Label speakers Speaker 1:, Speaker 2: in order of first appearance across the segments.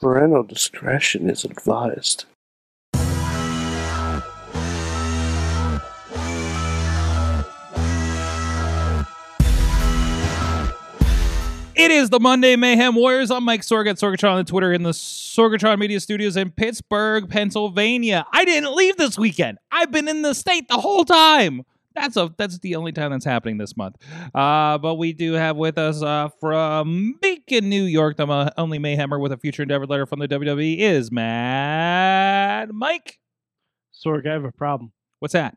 Speaker 1: Parental discretion is advised.
Speaker 2: It is the Monday Mayhem Warriors. I'm Mike Sorg at Sorgatron on Twitter in the Sorgatron Media Studios in Pittsburgh, Pennsylvania. I didn't leave this weekend. I've been in the state the whole time. That's a that's the only time that's happening this month. Uh, but we do have with us uh, from Beacon, New York, the mo- only Mayhemmer with a future endeavor letter from the WWE is Mad Mike.
Speaker 3: Sorg, I have a problem.
Speaker 2: What's that?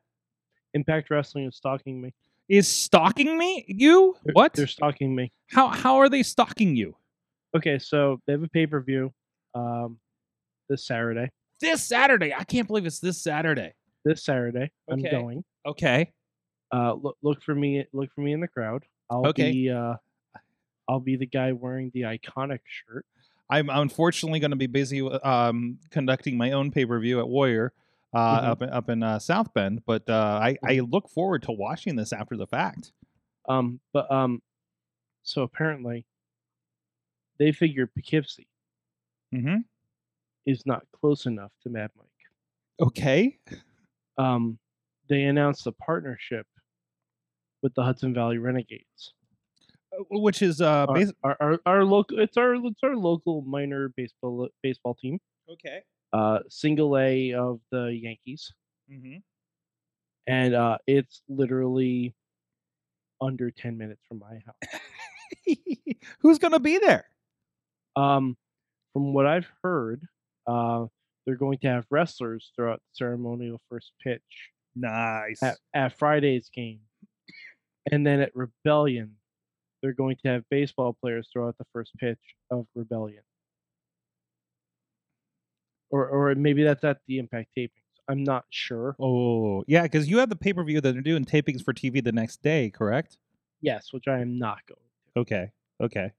Speaker 3: Impact Wrestling is stalking me.
Speaker 2: Is stalking me? You
Speaker 3: They're-
Speaker 2: what?
Speaker 3: They're stalking me.
Speaker 2: How how are they stalking you
Speaker 3: Okay, so they have a pay per view um, this Saturday.
Speaker 2: this Saturday? I can't believe it's this Saturday.
Speaker 3: This Saturday, I'm
Speaker 2: Okay.
Speaker 3: going.
Speaker 2: Okay.
Speaker 3: Uh, look, look for me. Look for me in the crowd. I'll
Speaker 2: Okay.
Speaker 3: be. Uh, I'll be the guy wearing the iconic shirt.
Speaker 2: I'm unfortunately going to be busy um, conducting my own pay per view at Warrior uh,
Speaker 3: Mhm.
Speaker 2: up in, up in uh, South Bend, but uh, I, I look forward to watching this after the fact.
Speaker 3: Um, but um, so apparently, they figure Poughkeepsie
Speaker 2: Mm-hmm.
Speaker 3: is not close enough to Mad Mike.
Speaker 2: Okay.
Speaker 3: Um, they announced a partnership with the Hudson Valley Renegades.
Speaker 2: Uh, Which is
Speaker 3: our,
Speaker 2: uh, basi-
Speaker 3: our, our, our local it's our it's our local minor baseball baseball team
Speaker 2: okay.
Speaker 3: uh single a of the yankees
Speaker 2: hmm
Speaker 3: and uh it's literally under 10 minutes from my house
Speaker 2: Who's going to be there?
Speaker 3: um from what i've heard uh they're going to have wrestlers throughout the ceremonial first pitch
Speaker 2: Nice.
Speaker 3: at, at friday's game and then at rebellion they're going to have baseball players throughout the first pitch of rebellion or or maybe that's at the impact tapings i'm not sure
Speaker 2: oh yeah, because you have the pay per view that they're doing tapings for TV the next day, correct?
Speaker 3: yes which i am not going
Speaker 2: Okay. Okay.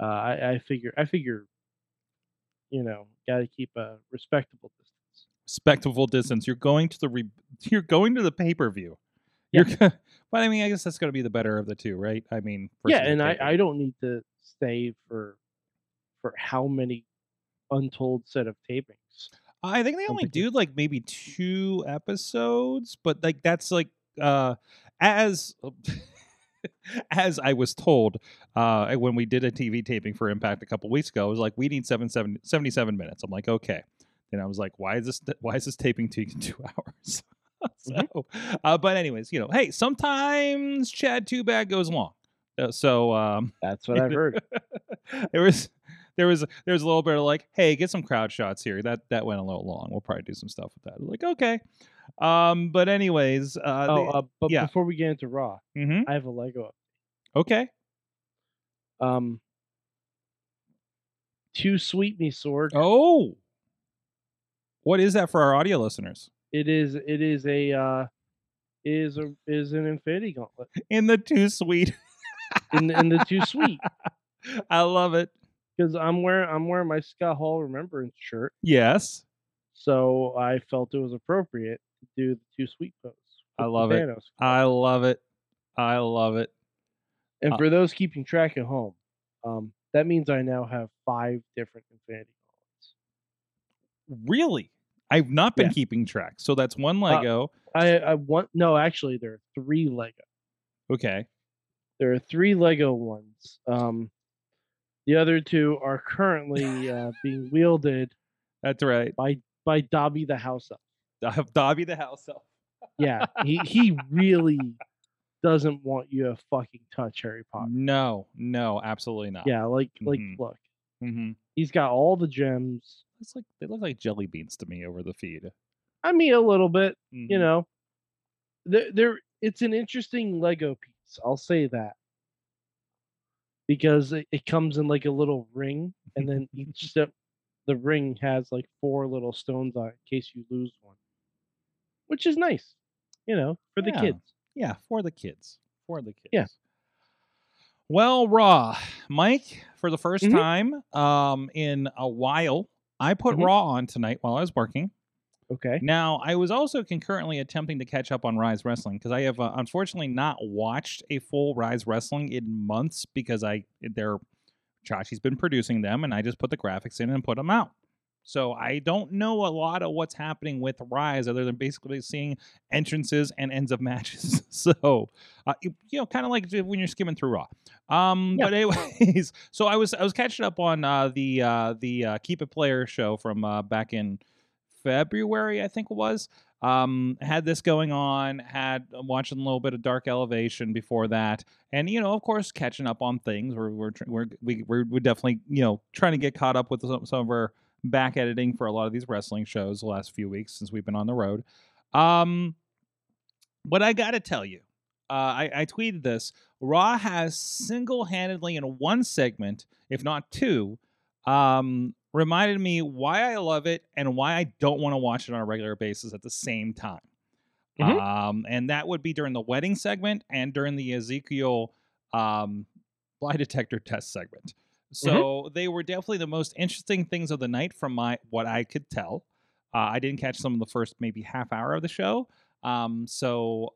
Speaker 3: uh, I, I figure i figure you know gotta keep a respectable distance
Speaker 2: Spectable distance. You're going to the re- you're going to the pay per view.
Speaker 3: Yeah.
Speaker 2: You're, go- but I mean, I guess that's going to be the better of the two, right? I mean,
Speaker 3: yeah
Speaker 2: versus the
Speaker 3: and i
Speaker 2: pay-per-view.
Speaker 3: i don't need to stay for for how many untold set of tapings
Speaker 2: I think they only
Speaker 3: think it-
Speaker 2: do like maybe two episodes, but like that's like uh as uh, as I was told uh when we did a TV taping for Impact a couple weeks ago, it was like we need seven, seven, 77 minutes. I'm like, okay. And I was like, why is this why is this taping taking two hours? so, uh, but anyways, you know, hey, sometimes Chad Too Bad goes long. Uh, So um
Speaker 3: that's what i've heard
Speaker 2: there was there was there was a little bit of like, hey, get some crowd shots here. That that went a little long. We'll probably do some stuff with that. Like, okay. Um, but anyways, uh,
Speaker 3: oh uh, but
Speaker 2: yeah.
Speaker 3: before we get into raw
Speaker 2: they- mhm.
Speaker 3: I have a Lego.
Speaker 2: okay.
Speaker 3: Um, to sweet me sword.
Speaker 2: Oh, what is that for our audio listeners?
Speaker 3: It is. It is a. Uh, is a is an infinity gauntlet
Speaker 2: In the too sweet,
Speaker 3: in the, in the two sweet
Speaker 2: I love it.
Speaker 3: because I'm wearing I'm wearing my Scott Hall remembrance shirt,
Speaker 2: Yes,
Speaker 3: so I felt it was appropriate to do the two sweet pose.
Speaker 2: I
Speaker 3: with the
Speaker 2: love it.
Speaker 3: Thanos
Speaker 2: I love it. I love it.
Speaker 3: And
Speaker 2: uh,
Speaker 3: for those keeping track at home, um, that means I now have five different infinity gauntlets.
Speaker 2: Really, I've not been
Speaker 3: Yeah.
Speaker 2: keeping track. So that's one Lego.
Speaker 3: I I want no actually there are three Lego.
Speaker 2: okay.
Speaker 3: There are three Lego ones. Um, the other two are currently uh, being wielded
Speaker 2: That's right.
Speaker 3: by by Dobby the house elf.
Speaker 2: I have Dobby the house elf.
Speaker 3: Yeah, he he really doesn't want you to fucking touch Harry
Speaker 2: Uh
Speaker 3: Potter.
Speaker 2: No, no, absolutely not.
Speaker 3: Yeah, like like
Speaker 2: Mhm.
Speaker 3: look,
Speaker 2: Mm-hmm.
Speaker 3: he's got all the gems.
Speaker 2: It's like they look like jelly beans to me over the feed.
Speaker 3: I mean, a little bit, you
Speaker 2: Mhm.
Speaker 3: know. There there, it's an interesting Lego piece. I'll say that because it, it comes in like a little ring, and then each step, the ring has like four little stones on it in case you lose one, which is nice, you know, for the
Speaker 2: Yeah.
Speaker 3: kids.
Speaker 2: yeah, for the kids, for the kids.
Speaker 3: Yeah.
Speaker 2: Well, Raw, Mike, for the 1st
Speaker 3: Mhm.
Speaker 2: time um, in a while, I put
Speaker 3: Mhm.
Speaker 2: Raw on tonight while I was working.
Speaker 3: Okay.
Speaker 2: Now, I was also concurrently attempting to catch up on Rise Wrestling because I have uh, unfortunately not watched a full Rise Wrestling in months because I they're Chachi's been producing them, and I just put the graphics in and put them out. So I don't know a lot of what's happening with Rise other than basically seeing entrances and ends of matches. so uh, you, you know, kind of like when you're skimming through Raw. Um,
Speaker 3: Yeah.
Speaker 2: But anyways, so I was I was catching up on uh, the uh, the uh, Keep It Player show from uh, back in February, I think it was. Um, had this going on, had I'm watching a little bit of Dark Elevation before that, and you know, of course, catching up on things. We're we're tr- we're we, we're, we're definitely you know trying to get caught up with some, some of our back editing for a lot of these wrestling shows the last few weeks since we've been on the road. Um, but I gotta tell you, uh, I, I tweeted this. Raw has single-handedly in one segment, if not two, um, reminded me why I love it and why I don't want to watch it on a regular basis at the same time.
Speaker 3: Mhm.
Speaker 2: Um, and that would be during the wedding segment and during the Ezekiel um, lie detector test segment. So they were definitely the most interesting things of the night from my what I could tell. Uh, I didn't catch some of the first maybe half hour of the show. Um, so,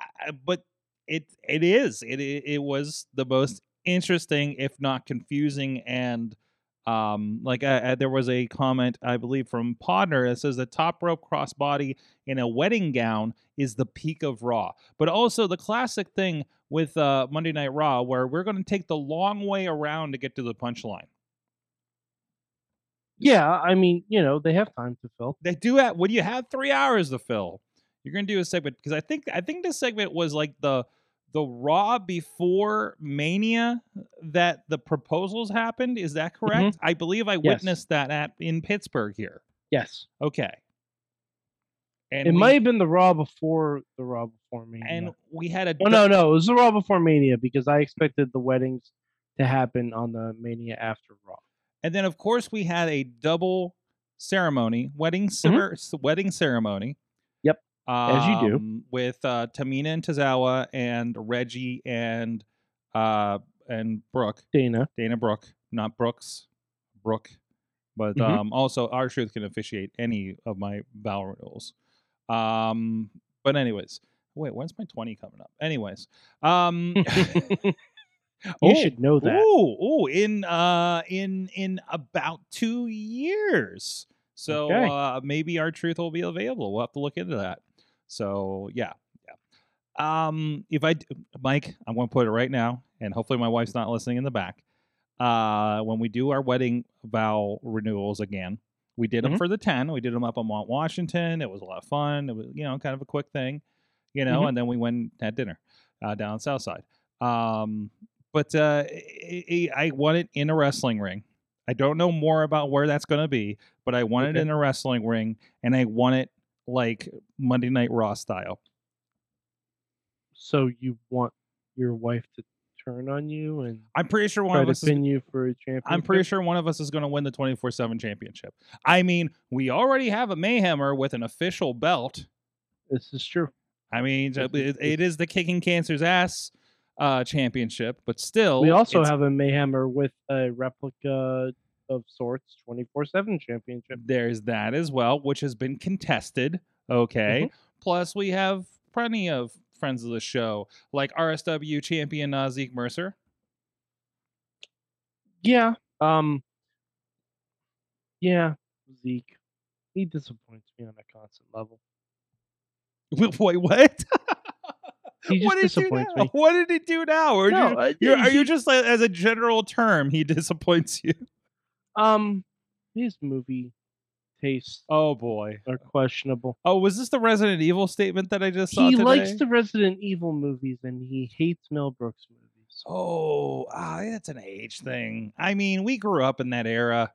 Speaker 2: I- I- but it it is it it it was the most interesting, if not confusing, and um, like uh uh, there was a comment I believe from Podner that says the top rope crossbody in a wedding gown is the peak of Raw, but also the classic thing with uh, Monday Night Raw where we're going to take the long way around to get to the punchline.
Speaker 3: Yeah, I mean, you know, they have time to fill.
Speaker 2: They do have when you have three hours to fill, you're going to do a segment because I think I think this segment was like the the Raw before Mania that the proposals happened. Is that correct? I believe I witnessed that at in Pittsburgh here.
Speaker 3: Yes,
Speaker 2: Okay. And
Speaker 3: it
Speaker 2: we,
Speaker 3: might have been the Raw before the Raw before Mania.
Speaker 2: and we had a
Speaker 3: oh no, no, it was the Raw before Mania because I expected the weddings to happen on the Mania after Raw.
Speaker 2: And then, of course, we had a double ceremony, wedding cer- s- wedding ceremony.
Speaker 3: Mm-hmm. Yep,
Speaker 2: Um,
Speaker 3: you do.
Speaker 2: With uh, Tamina and Tozawa and Reggie and uh, and Brooke,
Speaker 3: Dana,
Speaker 2: Dana Brooke, not Brooks, Brooke. But
Speaker 3: Mhm.
Speaker 2: um, also, our truth can officiate any of my vow renewals. Um, but anyways, wait, when's my twenty coming up? Anyways, um,
Speaker 3: you
Speaker 2: Oh,
Speaker 3: should know that.
Speaker 2: Ooh, ooh, in uh in in about two years. So
Speaker 3: Okay.
Speaker 2: uh maybe our truth will be available. We'll have to look into that. So yeah, yeah. Um if I d- Mike, I'm gonna put it right now, and hopefully my wife's not listening in the back. Uh when we do our wedding vow renewals again. We did them
Speaker 3: Mhm.
Speaker 2: for the 10. We did them up on Mount Washington. It was a lot of fun. It was, you know, kind of a quick thing, you know,
Speaker 3: Mhm.
Speaker 2: and then we went and had dinner uh, down South Side. Um, but uh, I, I I want it in a wrestling ring. I don't know more about where that's going to be, but I want it
Speaker 3: Okay.
Speaker 2: in a wrestling ring, and I want it like Monday Night Raw style.
Speaker 3: So you want your wife to turn on you and
Speaker 2: I'm pretty sure one
Speaker 3: try
Speaker 2: of
Speaker 3: to
Speaker 2: us. Is,
Speaker 3: pin you for a championship?
Speaker 2: I'm pretty sure one of us is going to win the 24 seven championship. I mean, we already have a Mayhemmer with an official belt.
Speaker 3: this is true.
Speaker 2: I mean,
Speaker 3: It- it-
Speaker 2: it, it is the kicking cancer's ass uh, championship, but still,
Speaker 3: We also
Speaker 2: it's-
Speaker 3: have a Mayhemmer with a replica of sorts, twenty four seven championship.
Speaker 2: There's that as well, which has been contested. Okay.
Speaker 3: Mm-hmm.
Speaker 2: Plus, we have plenty of friends of the show, like RSW champion uh, Zeke Mercer.
Speaker 3: Yeah. Um. Yeah, Zeke. He disappoints me on a constant level.
Speaker 2: Wait, wait, what?
Speaker 3: He just
Speaker 2: what did you do
Speaker 3: disappoints
Speaker 2: now?
Speaker 3: me.
Speaker 2: What did he do now? Or
Speaker 3: No,
Speaker 2: you,
Speaker 3: uh,
Speaker 2: you're, are
Speaker 3: he-
Speaker 2: you just like, as a general term, he disappoints you?
Speaker 3: Um, his movie tastes
Speaker 2: Oh boy.
Speaker 3: are questionable.
Speaker 2: Oh, was this the Resident Evil statement that I just saw?
Speaker 3: He likes
Speaker 2: today?
Speaker 3: the Resident Evil movies and he hates Mel Brooks movies.
Speaker 2: Oh, ah, that's an age thing. I mean, we grew up in that era.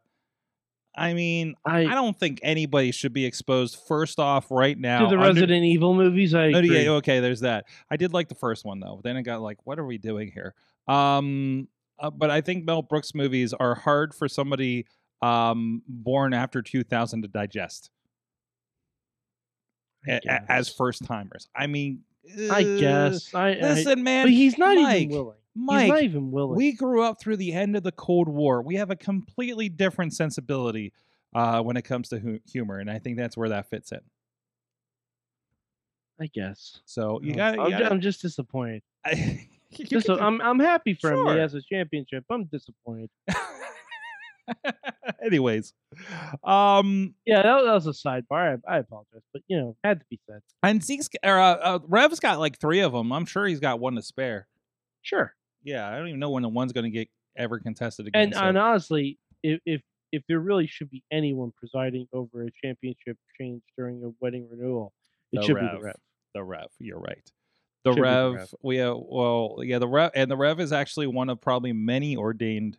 Speaker 2: I mean,
Speaker 3: I,
Speaker 2: I don't think anybody should be exposed first off right now.
Speaker 3: to the
Speaker 2: under-
Speaker 3: Resident Evil movies. I
Speaker 2: Oh, yeah,
Speaker 3: agree.
Speaker 2: okay, there's that. I did like the first one though. Then I got like, what are we doing here? Um, uh, but I think Mel Brooks movies are hard for somebody um born after 2000 to digest
Speaker 3: I
Speaker 2: a- a- as
Speaker 3: guess.
Speaker 2: first timers. I mean,
Speaker 3: I
Speaker 2: uh,
Speaker 3: guess. I, I
Speaker 2: Listen, man,
Speaker 3: but he's not
Speaker 2: Mike,
Speaker 3: even willing.
Speaker 2: Mike,
Speaker 3: he's not even willing.
Speaker 2: we grew up through the end of the Cold War. We have a completely different sensibility uh, when it comes to hu- humor, and I think that's where that fits in.
Speaker 3: I guess.
Speaker 2: So you
Speaker 3: No,
Speaker 2: got
Speaker 3: Oh, I'm, ju-
Speaker 2: to
Speaker 3: I'm just disappointed.
Speaker 2: You
Speaker 3: Dis-
Speaker 2: can do-
Speaker 3: I'm I'm happy for him.
Speaker 2: Sure.
Speaker 3: He has a championship. I'm disappointed.
Speaker 2: Anyways, um,
Speaker 3: Yeah, that, that was a sidebar. I, I apologize, but you know, had to be said.
Speaker 2: and Zeke's or uh, uh, Rev's got like three of them. I'm sure he's got one to spare.
Speaker 3: Sure.
Speaker 2: Yeah, I don't even know when the one's going to get ever contested again.
Speaker 3: And um,
Speaker 2: so-
Speaker 3: and honestly, if if if there really should be anyone presiding over a championship change during a wedding renewal, it
Speaker 2: The
Speaker 3: should be
Speaker 2: Rev.
Speaker 3: the ref.
Speaker 2: the Rev, you're right. The
Speaker 3: Should be the
Speaker 2: Rev,
Speaker 3: Rev.
Speaker 2: we uh, well, yeah, the Rev, and the Rev is actually one of probably many ordained.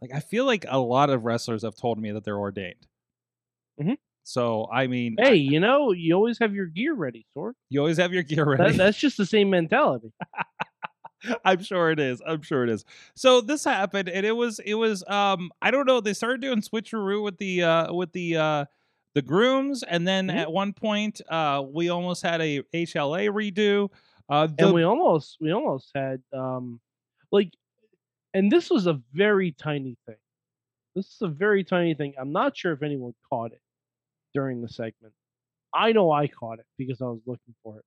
Speaker 2: Like I feel like a lot of wrestlers have told me that they're ordained.
Speaker 3: Mhm.
Speaker 2: So I mean, I-
Speaker 3: Hey, you know, you always have your gear ready, Sorg.
Speaker 2: you always have your gear
Speaker 3: That-
Speaker 2: ready.
Speaker 3: that's just the same mentality.
Speaker 2: I'm sure it is. I'm sure it is. So this happened, and it was it was um I don't know. They started doing switcheroo with the uh with the uh the grooms, and then
Speaker 3: Mhm.
Speaker 2: at one point uh we almost had a HLA redo. Uh, the,
Speaker 3: and we almost we almost had um like and this was a very tiny thing this is a very tiny thing i'm not sure if anyone caught it during the segment i know i caught it because i was looking for it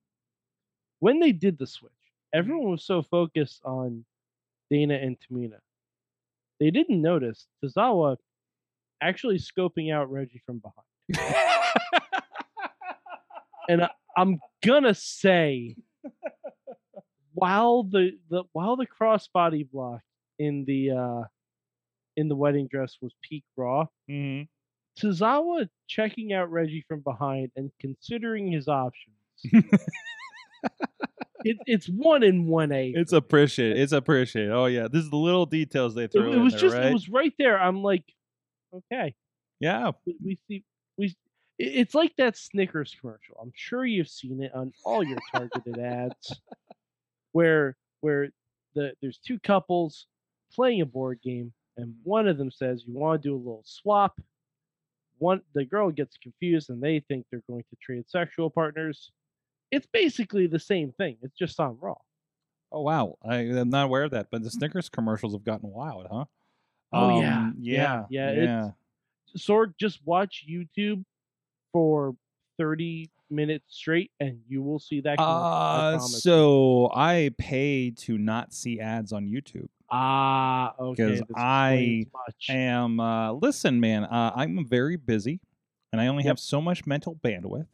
Speaker 3: when they did the switch everyone was so focused on dana and tamina they didn't notice tazawa actually scoping out reggie from behind I'm gonna say while the, the while the crossbody block in the uh in the wedding dress was peak raw,
Speaker 2: Mhm.
Speaker 3: Tozawa checking out Reggie from behind and considering his options. it, it's one in one A.
Speaker 2: It's appreciated. It's appreciated. Oh yeah, this is the little details they
Speaker 3: it,
Speaker 2: threw.
Speaker 3: it
Speaker 2: in
Speaker 3: was
Speaker 2: there,
Speaker 3: just
Speaker 2: right?
Speaker 3: it was right there. I'm like, okay,
Speaker 2: yeah.
Speaker 3: we, we see we. s- it- It's like that Snickers commercial. I'm sure you've seen it on all your targeted ads, where where the there's two couples playing a board game, and one of them says you want to do a little swap. One the girl gets confused, and they think they're going to trade sexual partners. It's basically the same thing. It's just on Raw.
Speaker 2: Oh wow, I, am not aware of that, but the Snickers commercials have gotten wild, huh?
Speaker 3: Oh, yeah.
Speaker 2: Um, yeah,
Speaker 3: Yeah, yeah, it's-
Speaker 2: yeah.
Speaker 3: Sorg, just watch YouTube for 30 minutes straight, and you will see that. commercial, I
Speaker 2: Uh,
Speaker 3: promise.
Speaker 2: so I pay to not see ads on YouTube.
Speaker 3: Ah, okay.
Speaker 2: 'Cause
Speaker 3: this explains
Speaker 2: I
Speaker 3: much.
Speaker 2: I am. Uh, listen, man, uh, I'm very busy, and I only
Speaker 3: Yep.
Speaker 2: have so much mental bandwidth,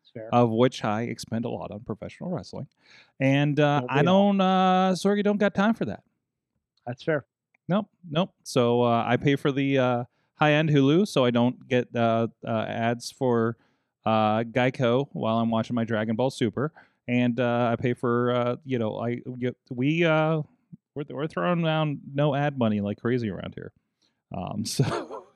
Speaker 3: It's fair.
Speaker 2: of which I expend a lot on professional wrestling, and uh,
Speaker 3: Well,
Speaker 2: I
Speaker 3: we all-
Speaker 2: don't. Uh, Sorry, don't got time for that.
Speaker 3: That's fair.
Speaker 2: Nope, nope. So uh, I pay for the uh, high end Hulu, so I don't get uh, uh, ads for uh, Geico while I'm watching my Dragon Ball Super, and uh, I pay for uh, you know I y- we uh, we're, we're throwing around no ad money like crazy around here, um, so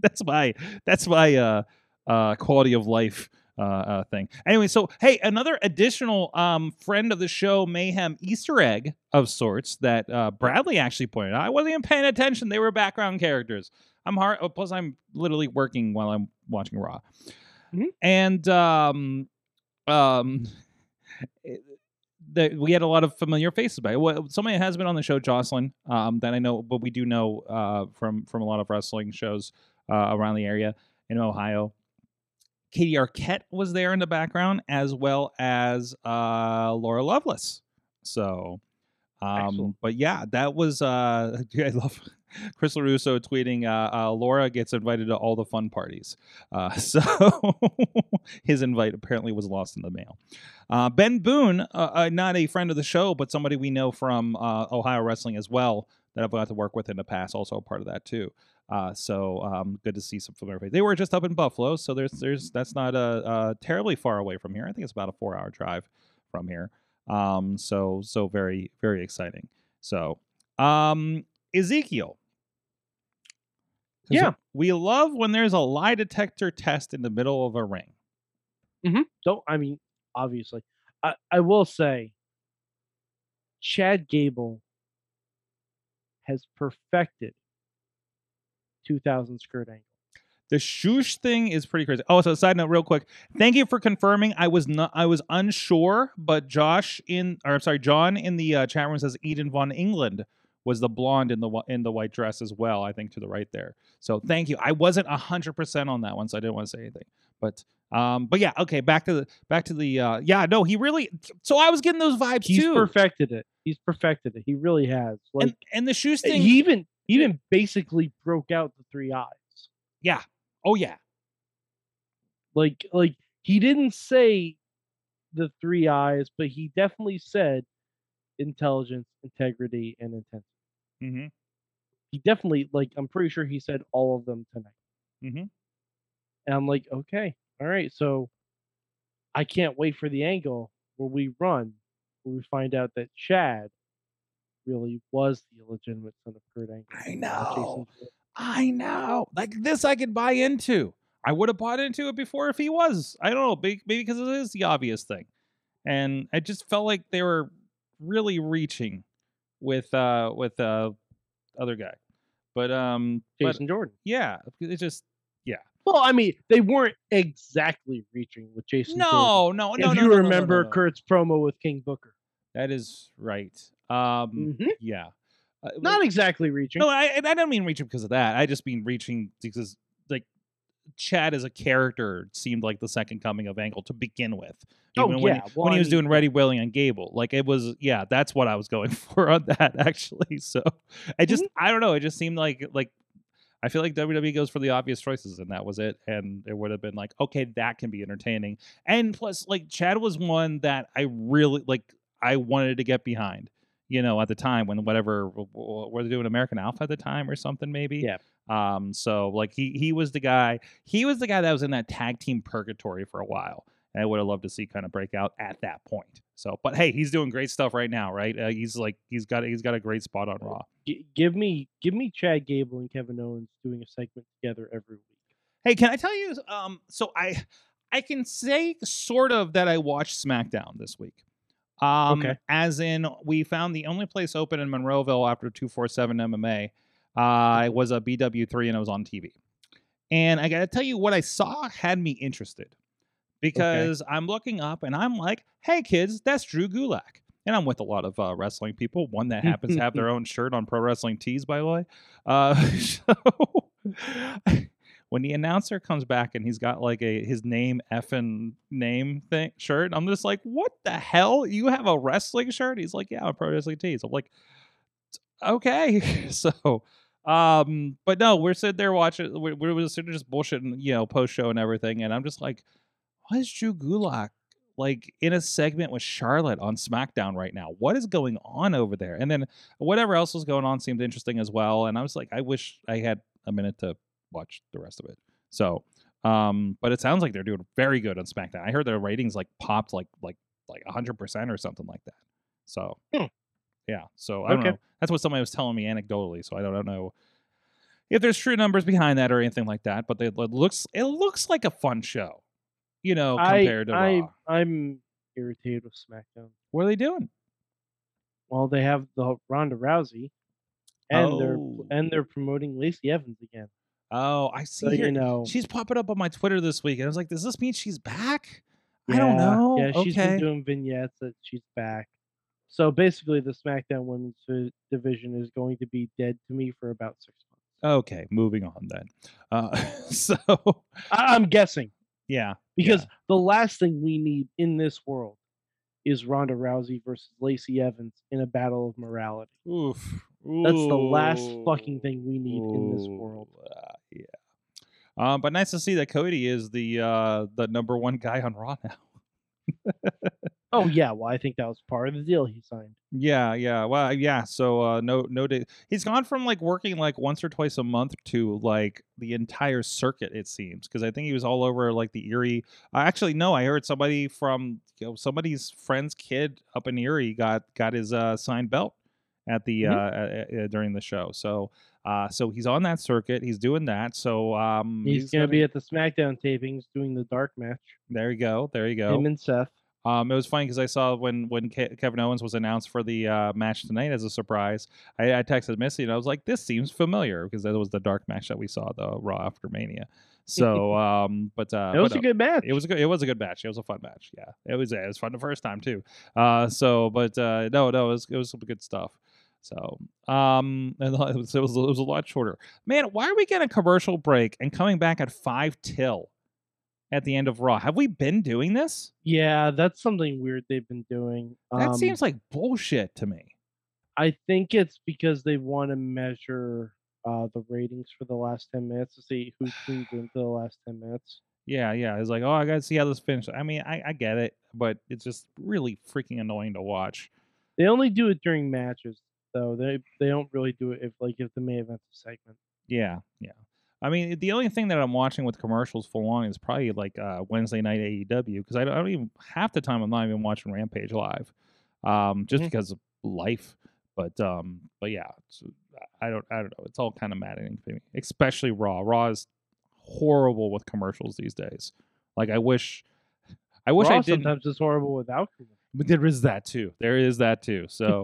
Speaker 2: that's my that's my uh, uh, quality of life. Uh, uh, thing. Anyway, so hey, another additional um, friend of the show, Mayhem Easter egg of sorts that uh, Bradley actually pointed out. I wasn't even paying attention; they were background characters. I'm hard. oh, Plus, I'm literally working while I'm watching Raw,
Speaker 3: Mhm.
Speaker 2: and um, um, it- the, we had a lot of familiar faces back. Well, somebody that has been on the show, Jocelyn, um, that I know, but we do know uh, from from a lot of wrestling shows uh, around the area in Ohio. Katie Arquette was there in the background, as well as uh, Laura Lovelace. So, um,
Speaker 3: Excellent.
Speaker 2: but yeah, that was uh, I love Chris Larusso tweeting. Uh, uh, Laura gets invited to all the fun parties. Uh, so his invite apparently was lost in the mail. Uh, ben Boone, uh, uh, not a friend of the show, but somebody we know from uh, Ohio wrestling as well that I've got to work with in the past, also a part of that too. Uh, so um, good to see some familiar faces. They were just up in Buffalo, so there's there's that's not uh, uh, terribly far away from here. I think it's about a four hour drive from here. Um, so so very very exciting. So um, Ezekiel. 'Cause
Speaker 3: Yeah.
Speaker 2: we love when there's a lie detector test in the middle of a ring.
Speaker 3: Don't I mean obviously. I, I will say Chad Gable has perfected 2000 skirt angle.
Speaker 2: The shoosh thing is pretty crazy. Oh, so side note, real quick. Thank you for confirming. I was not, I was unsure, but Josh in, or I'm sorry, John in the uh, chat room says Eden von England was the blonde in the wh- in the white dress as well. I think to the right there. So thank you. I wasn't hundred percent on that one, so I didn't want to say anything. But um, but yeah, okay. Back to the back to the uh, yeah. No, he really. So I was getting those vibes
Speaker 3: He's
Speaker 2: too.
Speaker 3: perfected it. He's perfected it. He really has. Like eh,
Speaker 2: and and the shoes thing.
Speaker 3: he even he even basically broke out the three eyes.
Speaker 2: yeah. Oh yeah.
Speaker 3: Like like he didn't say the three eyes, but he definitely said intelligence, integrity, and intent.
Speaker 2: Mm-hmm.
Speaker 3: He definitely like I'm pretty sure he said all of them tonight.
Speaker 2: Mhm.
Speaker 3: And I'm like, okay, all right, so I can't wait for the angle where we run, where we find out that Chad really was the illegitimate son of Kurt Angle.
Speaker 2: I
Speaker 3: and not Jason
Speaker 2: know.
Speaker 3: Voorhees.
Speaker 2: I know. Like this, I could buy into. I would have bought into it before if he was. I don't know, maybe because it is the obvious thing, and I just felt like they were really reaching with uh with uh other guy, but um, but
Speaker 3: Jason Jordan.
Speaker 2: yeah, it just
Speaker 3: Well, I mean, they weren't exactly reaching with Jason. Jordan.
Speaker 2: no, no, no,
Speaker 3: if
Speaker 2: Oh, no,
Speaker 3: you
Speaker 2: no, no, no,
Speaker 3: remember
Speaker 2: no, no.
Speaker 3: Kurt's promo with King Booker,
Speaker 2: that is right. Um,
Speaker 3: Mhm.
Speaker 2: yeah, Uh,
Speaker 3: not exactly reaching.
Speaker 2: No, I, and I don't mean reaching because of that. I just mean reaching because, like, Chad as a character seemed like the second coming of Angle to begin with.
Speaker 3: oh
Speaker 2: Even
Speaker 3: yeah,
Speaker 2: when, he-
Speaker 3: well,
Speaker 2: when
Speaker 3: I
Speaker 2: he was
Speaker 3: mean,
Speaker 2: doing Ready, Willing, and Gable, like it was, yeah, that's what I was going for on that actually. So I just,
Speaker 3: Mm-hmm.
Speaker 2: I don't know, it just seemed like like I feel like WWE goes for the obvious choices, and that was it. And it would have been like, okay, that can be entertaining. And plus, like Chad was one that I really like. I wanted to get behind, you know, at the time when whatever w- w- were they doing American Alpha at the time or something, maybe.
Speaker 3: Yeah.
Speaker 2: Um. So like he he was the guy. He was the guy that was in that tag team purgatory for a while. And I would have loved to see kind of break out at that point. So, but hey, he's doing great stuff right now, right? Uh, he's like he's got he's got a great spot on Raw.
Speaker 3: G- give me, give me Chad Gable and Kevin Owens doing a segment together every week.
Speaker 2: Hey, can I tell you? Um, so I, I can say sort of that I watched SmackDown this week. Um,
Speaker 3: Okay.
Speaker 2: As in, we found the only place open in Monroeville after two four seven MMA. Uh, it was a BW three, and it was on TV. And I got to tell you, what I saw had me interested because I'm looking up and I'm like, "Hey, kids, that's Drew Gulak." And I'm with a lot of uh, wrestling people. One that happens to have their own shirt on Pro Wrestling Tees, by the way. Uh, so when the announcer comes back and he's got like a his name effing name thing shirt, I'm just like, what the hell? You have a wrestling shirt? He's like, yeah, I'm a pro wrestling tees. I'm like, okay, so. Um, but no, we're sitting there watching. We're, we're sitting there just bullshitting, you know, post show and everything. And I'm just like, why is Drew Gulak like in a segment with Charlotte on SmackDown right now? What is going on over there? And then whatever else was going on seemed interesting as well. And I was like, I wish I had a minute to watch the rest of it. So, um, but it sounds like they're doing very good on SmackDown. I heard their ratings like popped like like like hundred percent or something like that. So,
Speaker 3: Hmm.
Speaker 2: yeah. So I don't
Speaker 3: Okay.
Speaker 2: know. That's what somebody was telling me anecdotally. So I don't, I don't know if there's true numbers behind that or anything like that. But they, it looks it looks like a fun show, you know, compared to
Speaker 3: I,
Speaker 2: Raw.
Speaker 3: I, I'm irritated with SmackDown.
Speaker 2: What are they doing?
Speaker 3: Well, they have the Ronda Rousey, and they're
Speaker 2: Oh.
Speaker 3: and they're promoting Lacey Evans again.
Speaker 2: Oh, I see.
Speaker 3: So
Speaker 2: here-
Speaker 3: you know,
Speaker 2: She's popping up on my Twitter this week, and I was like, "Does this mean she's back?" I don't
Speaker 3: Yeah,
Speaker 2: know.
Speaker 3: Yeah, she's
Speaker 2: okay.
Speaker 3: been doing vignettes that she's back. So basically, the SmackDown Women's Div- Division is going to be dead to me for about six months.
Speaker 2: okay, moving on then. Uh, so
Speaker 3: I- I'm guessing
Speaker 2: yeah,
Speaker 3: because the last thing we need in this world is Ronda Rousey versus Lacey Evans in a battle of morality.
Speaker 2: oof,
Speaker 3: That's the last fucking
Speaker 2: Ooh.
Speaker 3: thing we need in this
Speaker 2: Ooh,
Speaker 3: world.
Speaker 2: uh, yeah. Um, but nice to see that Cody is the uh, the number one guy on Raw now.
Speaker 3: Oh yeah, well I think that was part of the deal he signed.
Speaker 2: Yeah, yeah. Well, yeah. So uh no no day. He's gone from like working like once or twice a month to like the entire circuit it seems because I think he was all over like the Erie. Uh, actually no, I heard somebody from you know, somebody's friend's kid up in Erie got got his uh signed belt at the
Speaker 3: Mhm.
Speaker 2: uh, uh, uh during the show. So uh so he's on that circuit, he's doing that. So um
Speaker 3: He's, gonna be at the SmackDown tapings doing the dark match.
Speaker 2: There you go. There you go.
Speaker 3: Him and Seth.
Speaker 2: Um, it was funny because I saw when when Ke- Kevin Owens was announced for the uh, match tonight as a surprise. I, I texted Missy and I was like, "This seems familiar" because that was the dark match that we saw the Raw after Mania. So, um, but uh,
Speaker 3: It was
Speaker 2: but,
Speaker 3: a
Speaker 2: uh,
Speaker 3: good match.
Speaker 2: it was a good. It was a good match. It was a fun match. Yeah, it was. It was fun the first time too. Uh, so, but uh, no, no, it was, it was some good stuff. So, um, and it was, it was it was a lot shorter. Man, why are we getting a commercial break and coming back at five till? at the end of Raw. Have we been doing this?
Speaker 3: Yeah, that's something weird they've been doing.
Speaker 2: That
Speaker 3: Um,
Speaker 2: seems like bullshit to me.
Speaker 3: I think it's because they want to measure uh, the ratings for the last ten minutes to see who tuned into the last ten minutes.
Speaker 2: Yeah, yeah. It's like, oh, I gotta see how this finishes. I mean, I, I get it, but it's just really freaking annoying to watch.
Speaker 3: They only do it during matches, though. They they don't really do it if like if the main event's a segment.
Speaker 2: Yeah, yeah. I mean, the only thing that I'm watching with commercials full on is probably like uh, Wednesday night AEW because I don't, I don't even half the time I'm not even watching Rampage live, um, just
Speaker 3: Mhm.
Speaker 2: because of life. But um, but yeah, it's, I don't I don't know. It's all kind of maddening to me, especially Raw. Raw is horrible with commercials these days. Like I wish, I wish I
Speaker 3: Raw
Speaker 2: didn't.
Speaker 3: sometimes it's horrible without. commercials.
Speaker 2: But there is that too. There is that too. So,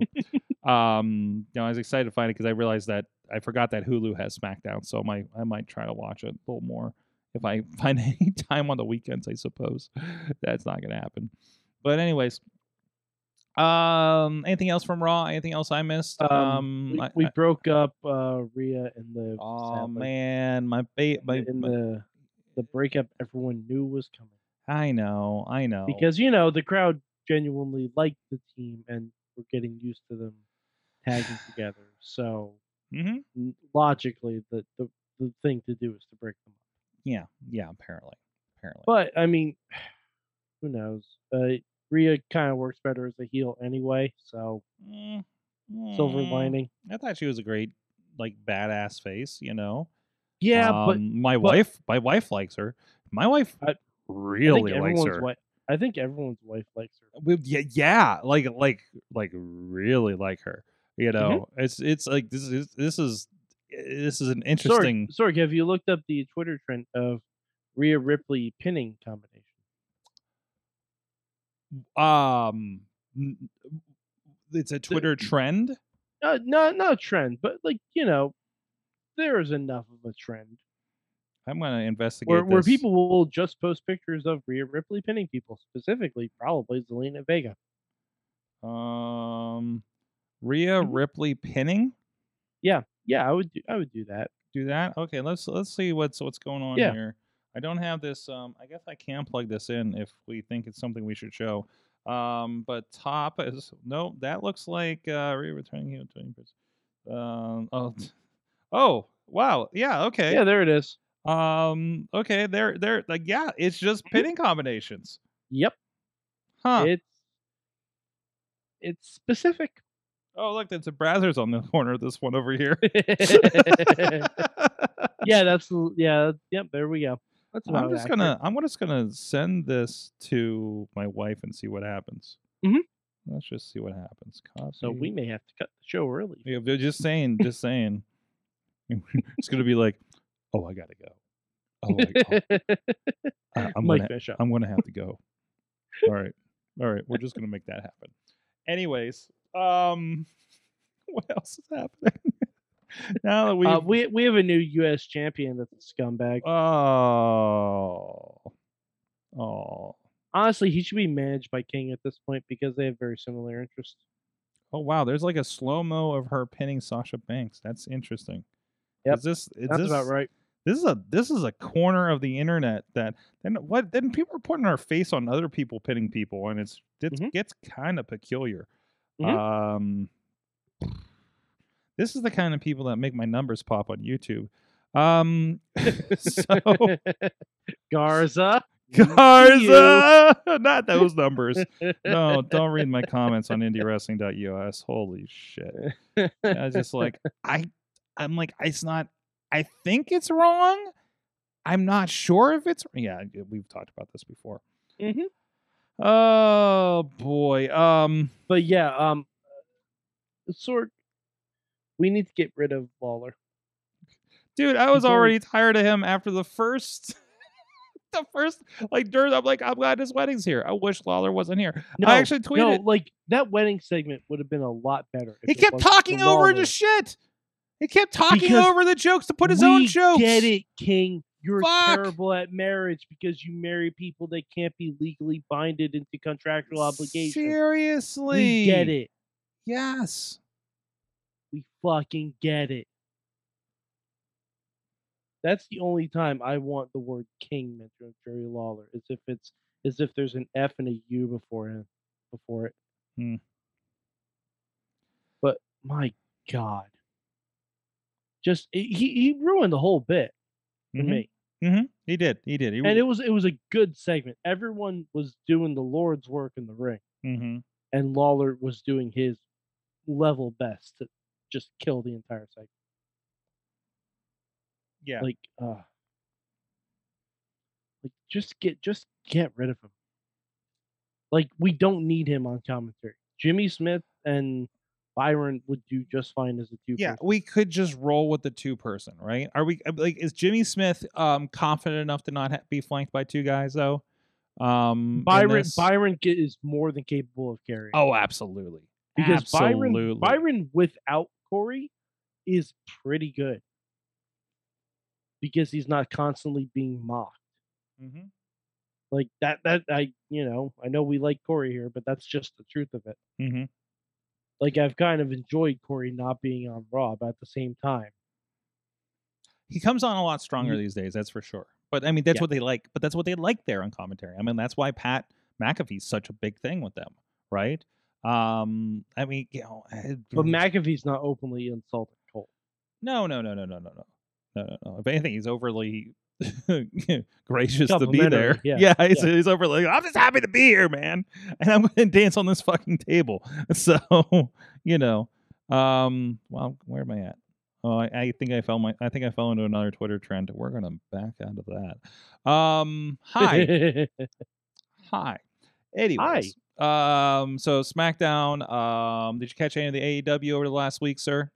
Speaker 2: um, you know, I was excited to find it because I realized that I forgot that Hulu has SmackDown. So my I might try to watch it a little more if I find any time on the weekends. I suppose that's not going to happen. But anyways, um, anything else from Raw? Anything else I missed?
Speaker 3: Um,
Speaker 2: Um,
Speaker 3: We,
Speaker 2: I-
Speaker 3: we
Speaker 2: I-
Speaker 3: broke up uh, Rhea and Liv.
Speaker 2: oh
Speaker 3: sadly.
Speaker 2: man, my ba- my,
Speaker 3: in
Speaker 2: my-
Speaker 3: the the breakup everyone knew was coming
Speaker 2: I know, I know.
Speaker 3: because you know the crowd genuinely liked the team and were getting used to them tagging together. So
Speaker 2: hmm
Speaker 3: n- logically, the, the the thing to do is to break them up.
Speaker 2: yeah, yeah. Apparently, apparently.
Speaker 3: But I mean, who knows? Uh, Rhea kind of works better as a heel anyway. So
Speaker 2: Mm,
Speaker 3: silver
Speaker 2: mm.
Speaker 3: lining.
Speaker 2: I thought she was a great, like badass face. You know.
Speaker 3: Yeah, but
Speaker 2: Um, my
Speaker 3: but-
Speaker 2: wife, my wife likes her. My wife
Speaker 3: I- I think I think
Speaker 2: really likes
Speaker 3: everyone's
Speaker 2: her.
Speaker 3: wife. I think everyone's wife likes her.
Speaker 2: Well, yeah, yeah, like like like really like her. You
Speaker 3: Mm-hmm.
Speaker 2: know, it's it's like this is this is this is an interesting.
Speaker 3: Sorry, sorry. Have you looked up the Twitter trend of Rhea Ripley pinning combination?
Speaker 2: Um, n- it's a Twitter trend.
Speaker 3: Uh, not not a trend, but like you know, there is enough of a trend
Speaker 2: I'm gonna investigate.
Speaker 3: where, where
Speaker 2: this.
Speaker 3: people will just post pictures of Rhea Ripley pinning people, specifically probably Zelina Vega.
Speaker 2: um, Rhea
Speaker 3: Mm-hmm.
Speaker 2: Ripley pinning.
Speaker 3: Yeah, I would do, I would do that.
Speaker 2: do that. Okay, let's let's see what's what's going on
Speaker 3: Yeah.
Speaker 2: here. I don't have this. Um, I guess I can plug this in if we think it's something we should show. Um, but top is no. That looks like uh, re returning heel twenty percent. Um, oh, oh, wow. Yeah. Okay.
Speaker 3: Yeah, there it is.
Speaker 2: Um. Okay. There. There. Like. Yeah. It's just
Speaker 3: Mm-hmm.
Speaker 2: pinning combinations.
Speaker 3: Yep,
Speaker 2: Huh.
Speaker 3: it's it's specific.
Speaker 2: oh, look. There's a Brazzers on the corner of this one over here.
Speaker 3: yeah, that's the- yeah, yep. There we go. That's
Speaker 2: I'm
Speaker 3: about
Speaker 2: just
Speaker 3: accurate.
Speaker 2: gonna I'm just gonna send this to my wife and see what happens.
Speaker 3: Mhm.
Speaker 2: Let's just see what happens. Copy.
Speaker 3: So we may have to cut the show early.
Speaker 2: Yeah, but just saying, just saying. it's gonna be like, oh, I gotta go. Oh, I, oh, I, am
Speaker 3: Mike
Speaker 2: gonna
Speaker 3: Bishop.
Speaker 2: I'm gonna have to go. All right, all right. We're just gonna make that happen. Anyways, um, what else is happening? now that we
Speaker 3: Uh, we we have a new U.S. champion that's a scumbag.
Speaker 2: Uh, oh oh.
Speaker 3: Honestly, he should be managed by King at this point because they have very similar interests.
Speaker 2: Oh wow, there's like a slow mo of her pinning Sasha Banks. That's interesting.
Speaker 3: Yep,
Speaker 2: Is this is
Speaker 3: That's
Speaker 2: this,
Speaker 3: about right.
Speaker 2: This is a this is a corner of the internet that then what then people are putting our face on other people pinning people, and it's it
Speaker 3: Mhm.
Speaker 2: gets kind of peculiar.
Speaker 3: Mhm.
Speaker 2: Um, this is the kind of people that make my numbers pop on YouTube. Um, so.
Speaker 3: Garza. Mm-hmm.
Speaker 2: Garza, not those numbers. No, don't read my comments on indiewrestling.us. Holy shit! I was just like, I, I'm like, it's not. I think it's wrong. I'm not sure if it's. Yeah, we've talked about this before.
Speaker 3: Mhm.
Speaker 2: Oh boy. Um.
Speaker 3: But yeah, um, sort. We need to get rid of Lawler.
Speaker 2: dude i was
Speaker 3: He's already-
Speaker 2: already tired of him after the first the first like during i'm like i'm glad his wedding's here i wish lawler wasn't here
Speaker 3: No,
Speaker 2: i actually tweeted
Speaker 3: No, like that wedding segment would have been a lot better.
Speaker 2: he
Speaker 3: if it
Speaker 2: kept
Speaker 3: wasn't for
Speaker 2: talking over
Speaker 3: Lawler.
Speaker 2: the shit he kept talking
Speaker 3: Because
Speaker 2: over the jokes to put his own
Speaker 3: We
Speaker 2: jokes
Speaker 3: Get it, King? You're
Speaker 2: Fuck.
Speaker 3: terrible at marriage because you marry people that can't be legally binded into contractual obligations.
Speaker 2: seriously
Speaker 3: We get it.
Speaker 2: yes
Speaker 3: We fucking get it. That's the only time I want the word king mentioned in Jerry Lawler is if it's is if there's an F and a U before it, before it.
Speaker 2: Hmm.
Speaker 3: But my God, just he he ruined the whole bit for
Speaker 2: Mhm.
Speaker 3: me.
Speaker 2: Mhm. He did. He did. He
Speaker 3: And it was it was a good segment. Everyone was doing the Lord's work in the ring,
Speaker 2: hmm
Speaker 3: and Lawler was doing his level best to just kill the entire segment.
Speaker 2: Yeah.
Speaker 3: Like, uh, like just get just get rid of him. Like we don't need him on commentary. Jimmy Smith and Byron would do just fine as a two.
Speaker 2: yeah, we could just roll with the two person, right? Are we uh, like is Jimmy Smith um confident enough to not ha- be flanked by two guys though? Um in
Speaker 3: Byron
Speaker 2: this?
Speaker 3: Byron ge- is more than capable of carrying.
Speaker 2: Oh, absolutely.
Speaker 3: because
Speaker 2: Absolutely.
Speaker 3: Byron Byron without Corey is pretty good because he's not constantly being mocked. Mm-hmm.
Speaker 2: Mhm.
Speaker 3: Like that that I you know I know we like Corey here, but that's just the truth of it.
Speaker 2: Mhm.
Speaker 3: Like I've kind of enjoyed Corey not being on Raw, but at the same time,
Speaker 2: He comes on a lot stronger these days, that's for sure. But I mean,
Speaker 3: Mm-hmm.
Speaker 2: that's
Speaker 3: Yeah.
Speaker 2: what they like. But that's what they like there on commentary. I mean, that's why Pat McAfee's such a big thing with them, right? Um, I mean, you know, eh, I-
Speaker 3: but
Speaker 2: Mm-hmm.
Speaker 3: McAfee's not openly insulting Cole.
Speaker 2: No, no, no, no, no, no, no, no, no, no. If anything, he's overly gracious to be
Speaker 3: Complimentary,
Speaker 2: there.
Speaker 3: yeah,
Speaker 2: he's,
Speaker 3: yeah.
Speaker 2: he's overly. I'm just happy to be here, man, and I'm going to dance on this fucking table. So you know, um, well, where am I at? Oh, I, I think I fell my. I think I fell into another Twitter trend. We're going to back out of that. Um, hi. Hi. Anyways. Um, so SmackDown, um, did you catch any of the AEW over the last week, sir?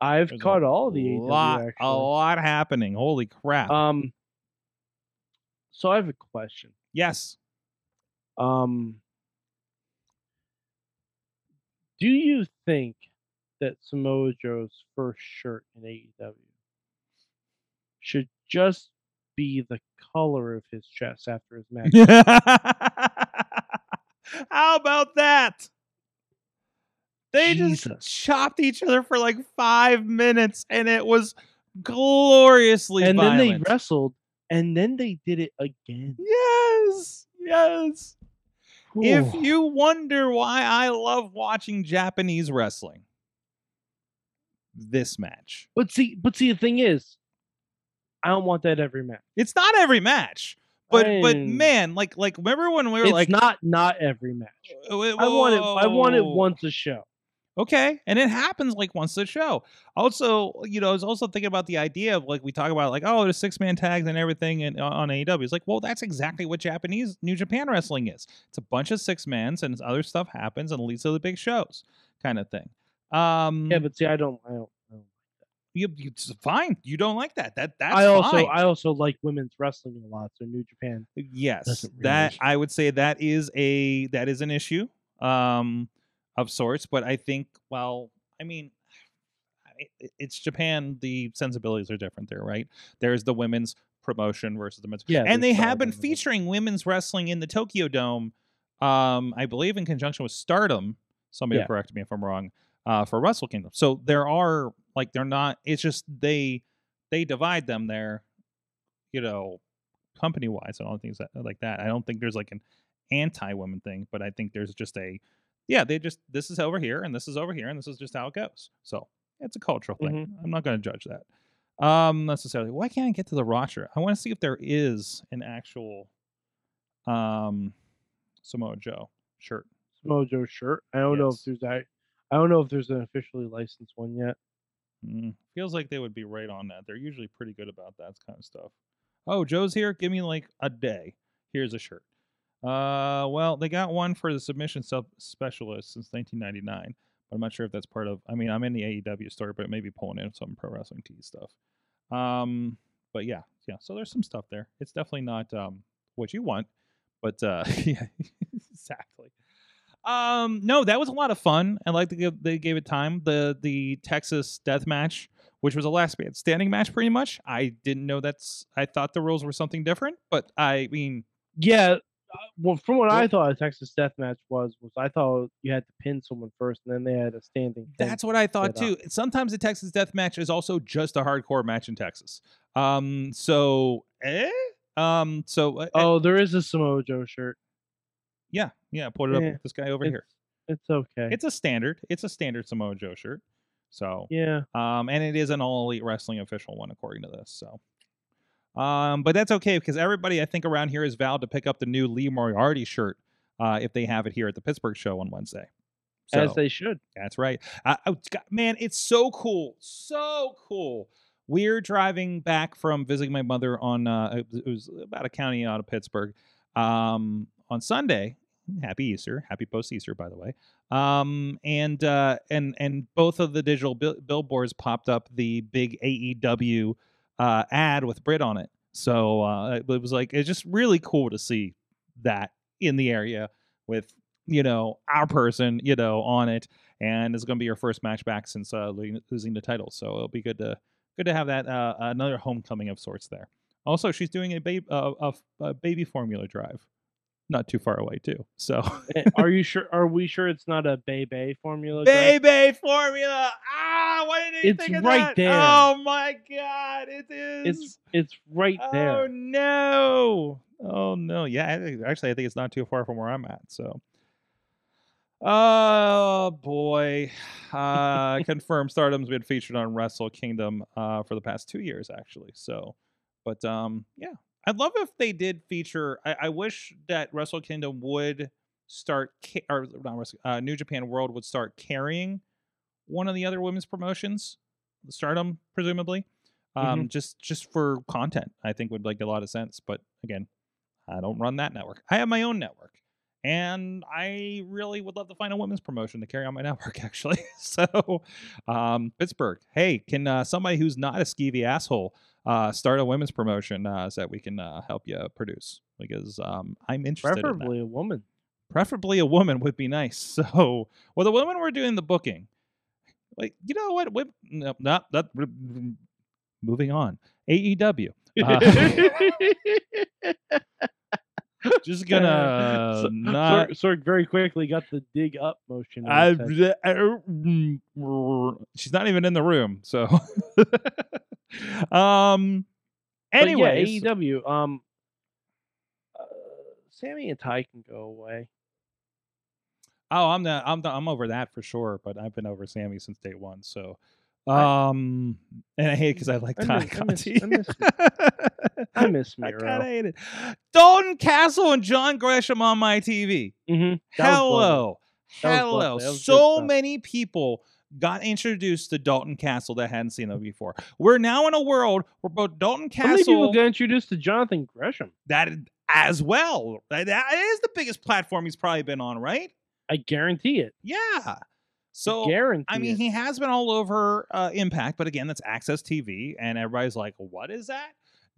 Speaker 3: I've
Speaker 2: There's a
Speaker 3: caught all Oh, the AEW,
Speaker 2: lot, a
Speaker 3: actually.
Speaker 2: lot happening. Holy crap!
Speaker 3: Um, so I have a question.
Speaker 2: yes,
Speaker 3: Um, do you think that Samoa Joe's first shirt in AEW should just be the color of his chest after his match?
Speaker 2: How about that? They
Speaker 3: Jesus.
Speaker 2: just chopped each other for like five minutes, and it was gloriously
Speaker 3: and then they
Speaker 2: violent.
Speaker 3: wrestled, and then they did it again.
Speaker 2: yes, yes. If
Speaker 3: Whew.
Speaker 2: you wonder why I love watching Japanese wrestling, this match.
Speaker 3: but see, but see, the thing is, I don't want that every match.
Speaker 2: It's not every match, but but
Speaker 3: I'm-
Speaker 2: man, like like remember when we were
Speaker 3: it's
Speaker 2: like
Speaker 3: not not every match.
Speaker 2: Oh, wait,
Speaker 3: I want it. I want it
Speaker 2: whoa.
Speaker 3: once a show.
Speaker 2: Okay, and it happens like once a show. Also, you know, I was also thinking about the idea of like we talk about like oh, there's six man tags and everything and on AEW. It's like, well, that's exactly what Japanese New Japan wrestling is. It's a bunch of six mans and other stuff happens and leads to the big shows, kind of thing. Um,
Speaker 3: Yeah, but see, I don't. I don't. I, don't.
Speaker 2: you, you, it's fine. You don't like that. That that's
Speaker 3: I also
Speaker 2: fine.
Speaker 3: I also like women's wrestling a lot. So New Japan.
Speaker 2: yes
Speaker 3: really
Speaker 2: that
Speaker 3: issue.
Speaker 2: i would say that is a that is an issue um of sorts but i think well i mean I- i- it's japan the sensibilities are different there right there's the women's promotion versus the men's
Speaker 3: Yeah,
Speaker 2: and
Speaker 3: there's
Speaker 2: they have
Speaker 3: Stardom
Speaker 2: been
Speaker 3: and-
Speaker 2: featuring women's wrestling in the tokyo dome um i believe in conjunction with stardom somebody
Speaker 3: Yeah.
Speaker 2: will correct me if i'm wrong uh for wrestle kingdom so there are like they're not it's just they they divide them there you know company wise and all things that, like that. I don't think there's like an anti woman thing, but I think there's just a yeah, they just this is over here and this is over here and this is just how it goes. So it's a cultural thing.
Speaker 3: Mm-hmm.
Speaker 2: I'm not going to judge that um necessarily. Why can't I get to the roster? I want to see if there is an actual um Samoa Joe shirt.
Speaker 3: Mojo shirt. I don't know if
Speaker 2: Yes.
Speaker 3: there's I, I don't know if there's an officially licensed one yet.
Speaker 2: Mm, feels like they would be right on that. They're usually pretty good about that kind of stuff. Oh, Joe's here. Give me like a day. Here's a shirt. Uh, well, they got one for the submission sub specialist since 1999, but I'm not sure if that's part of. I mean, I'm in the AEW story, but it may be pulling in some pro wrestling tease stuff. Um, but yeah, yeah. So there's some stuff there. It's definitely not um what you want, but uh, yeah, exactly. Um, no, that was a lot of fun. I like to give they gave it time. The the Texas death match, which was a last man standing match, pretty much. I didn't know that's. I thought the rules were something different, but I mean,
Speaker 3: Yeah. uh, Well, from what I
Speaker 2: Well-
Speaker 3: thought a Texas Death Match was, was I thought you had to pin someone first, and then they had a standing. thing.
Speaker 2: that's what I thought
Speaker 3: set
Speaker 2: too. Sometimes the Texas death match is also just a hardcore match in Texas. Um, so eh? Um, so uh, eh,
Speaker 3: Oh, there is a Samoa Joe shirt.
Speaker 2: yeah, yeah. Put it up
Speaker 3: yeah,
Speaker 2: with this guy over
Speaker 3: it's,
Speaker 2: here.
Speaker 3: It's okay.
Speaker 2: It's a standard. It's a standard Samoa Joe shirt. So
Speaker 3: yeah.
Speaker 2: Um, and it is an all elite wrestling official one, according to this. So, um, but that's okay because everybody I think around here is vowed to pick up the new Lee Moriarty shirt uh, if they have it here at the Pittsburgh show on Wednesday. So
Speaker 3: as they should.
Speaker 2: that's right. I, I- God, man, it's so cool, so cool. We're driving back from visiting my mother on uh, it was- it was about a county out of Pittsburgh um, on Sunday. Happy Easter, happy post Easter, by the way. Um, and uh, and and both of the digital bill- billboards popped up the big AEW uh, ad with Brit on it. So uh, it was like it's just really cool to see that in the area with you know our person you know on it and it's going to be your first match back since uh, lo- losing the title. So it'll be good to good to have that uh, another homecoming of sorts there. Also, she's doing a baby uh, a, f- a baby formula drive, not too far away too. So
Speaker 3: Eh, are you sure? Are we sure it's not a Bay Bay formula? guy?
Speaker 2: baby formula, ah, why didn't you
Speaker 3: It's
Speaker 2: think of
Speaker 3: right
Speaker 2: that?
Speaker 3: there.
Speaker 2: Oh my god, it is.
Speaker 3: It's it's right
Speaker 2: Oh
Speaker 3: there.
Speaker 2: no! Oh no! Yeah, I think- actually, I think it's not too far from where I'm at. So, oh boy, uh, confirmed Stardom's been featured on Wrestle Kingdom uh, for the past two years, actually. So, but um, yeah, I'd love if they did feature. I, I wish that Wrestle Kingdom would start ca- or not Wrestle, uh, New Japan World would start carrying one of the other women's promotions, Stardom presumably. Um, just just for content, I think would make a lot of sense. But again, I don't run that network. I have my own network, and I really would love to find a women's promotion to carry on my network. Actually, so um, Pittsburgh, hey, can uh, somebody who's not a skeevy asshole uh, start a women's promotion uh, so that we can uh, help you produce? Because um, I'm interested. in that
Speaker 3: Preferably a woman.
Speaker 2: preferably a woman would be nice. So, well, the women were doing the booking. Like, you know what? Wip, no, not that. Moving on. E AEW. Just gonna
Speaker 3: So-
Speaker 2: not.
Speaker 3: Sorg, Sorg very quickly got the dig up motion. in
Speaker 2: Uh, I-
Speaker 3: his head.
Speaker 2: uh, she's not even in the room. So, um.
Speaker 3: But
Speaker 2: Anyways,
Speaker 3: yeah, AEW. Um, uh, Sammy and Ty can go away.
Speaker 2: Oh, I'm not. I'm not, I'm over that for sure. But I've been over Sammy since day one. So, um, and I hate because I like
Speaker 3: I
Speaker 2: Ty
Speaker 3: miss- I miss-
Speaker 2: Conti.
Speaker 3: I miss I miss
Speaker 2: I
Speaker 3: Miro.
Speaker 2: kind of hate it. Dalton Castle and John Gresham on my TV.
Speaker 3: Mhm. That was blown up. That
Speaker 2: Hello.
Speaker 3: was
Speaker 2: Hello.
Speaker 3: lovely. That was good
Speaker 2: So
Speaker 3: stuff.
Speaker 2: many people got introduced to Dalton Castle that hadn't seen them before. We're now in a world where both Dalton
Speaker 3: How many people
Speaker 2: Castle
Speaker 3: got introduced to Jonathan Gresham?
Speaker 2: that is- as well. That- that is the biggest platform he's probably been on, right?
Speaker 3: I guarantee it.
Speaker 2: Yeah. So
Speaker 3: guarantee.
Speaker 2: I mean,
Speaker 3: it.
Speaker 2: he has been all over uh, Impact, but again, that's Access TV, and everybody's like, "What is that?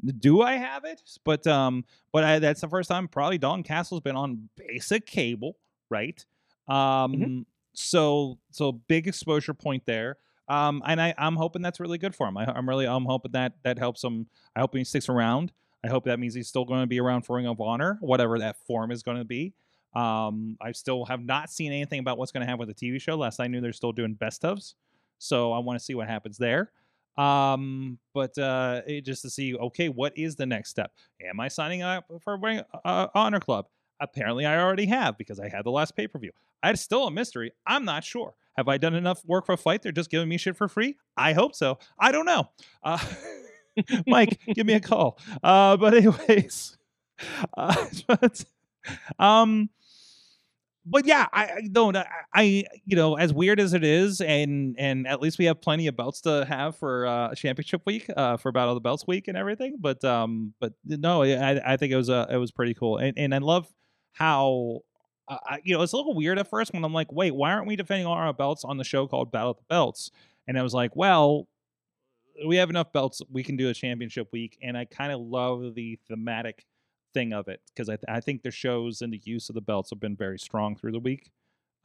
Speaker 2: Do I have it?" But um, but I, that's the first time probably Don Castle's been on basic cable, right? Um, so so big exposure point there. Um, and I I'm hoping that's really good for him. I, I'm really I'm hoping that that helps him. I hope he sticks around. I hope that means he's still going to be around for Ring of Honor, whatever that form is going to be. Um, I still have not seen anything about what's going to happen with the TV show. Last I knew, they're still doing best ofs, so I want to see what happens there. Um, but uh, it, just to see, okay, what is the next step? Am I signing up for Ring- uh, Honor Club? Apparently, I already have because I had the last pay per view. It's still a mystery. I'm not sure. Have I done enough work for a fight? They're just giving me shit for free. I hope so. I don't know. Uh, Mike, give me a call. Uh, but anyways, uh, but, um, but yeah, I, I don't. I, I you know, as weird as it is, and and at least we have plenty of belts to have for uh, championship week, uh, for Battle of the Belts week and everything. But um, but no, I I think it was uh, it was pretty cool, and and I love how. Uh, I- you know, it's a little weird at first when I'm like, wait, why aren't we defending all our belts on the show called Battle of the Belts? And I was like, well, we have enough belts. We can do a championship week. And I kind of love the thematic thing of it because I, th- I think the shows and the use of the belts have been very strong through the week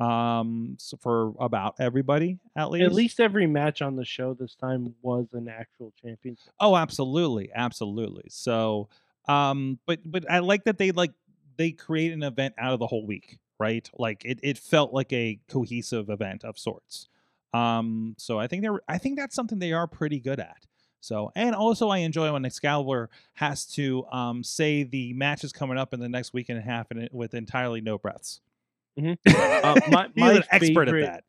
Speaker 2: um so for about everybody at least
Speaker 3: At least every match on the show this time was an actual championship.
Speaker 2: Oh, absolutely, absolutely. So, um, but but I like that they like they create an event out of the whole week, right? Like it it felt like a cohesive event of sorts. Um, so I think they're I think that's something they are pretty good at. So, and also I enjoy when Excalibur has to um, say the match is coming up in the next week and a half, and it, with entirely no breaths.
Speaker 3: Mhm.
Speaker 2: Uh,
Speaker 3: my-
Speaker 2: He's an
Speaker 3: my
Speaker 2: expert
Speaker 3: favorite-
Speaker 2: at that.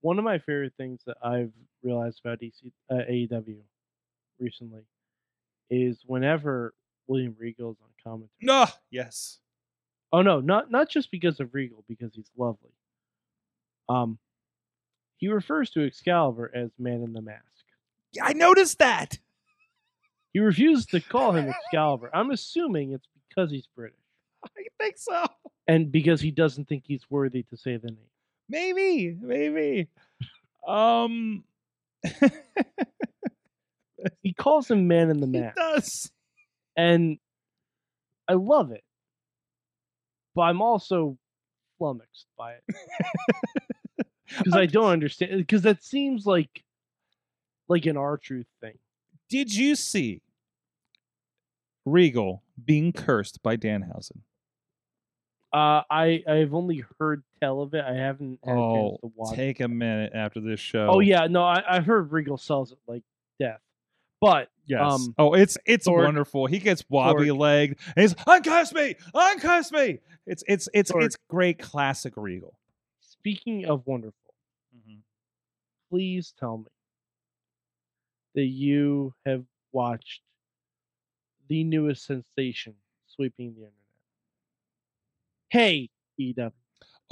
Speaker 3: One of my favorite things that I've realized about DC uh, AEW recently is whenever William Regal's on commentary.
Speaker 2: No, yes,
Speaker 3: Oh no, not not just because of Regal, because he's lovely. Um, he refers to Excalibur as Man in the Mask.
Speaker 2: I noticed that.
Speaker 3: He refuses to call him Excalibur. I'm assuming it's because he's British
Speaker 2: I think so.
Speaker 3: and because he doesn't think he's worthy to say the name.
Speaker 2: Maybe, maybe. Um,
Speaker 3: He calls him Man in the
Speaker 2: he
Speaker 3: Mask,
Speaker 2: does.
Speaker 3: and I love it, but I'm also flummoxed by it. because I
Speaker 2: I'm-
Speaker 3: don't understand. Because that seems like like an R truth thing.
Speaker 2: Did you see Regal being cursed by Danhausen?
Speaker 3: Uh, I I've only heard tell of it. I haven't had a chance
Speaker 2: Oh,
Speaker 3: to watch.
Speaker 2: take a minute after this show.
Speaker 3: oh yeah, no, I I've heard Regal sells it like death, but
Speaker 2: Yes.
Speaker 3: um,
Speaker 2: oh, it's it's
Speaker 3: Sorg-
Speaker 2: wonderful. He gets wobbly
Speaker 3: Sorg.
Speaker 2: legged. And he's uncurse me, uncurse me. It's it's it's
Speaker 3: Sorg.
Speaker 2: it's great classic Regal.
Speaker 3: speaking of wonderful, please tell me that you have watched the newest sensation sweeping the internet. E Hey, EW.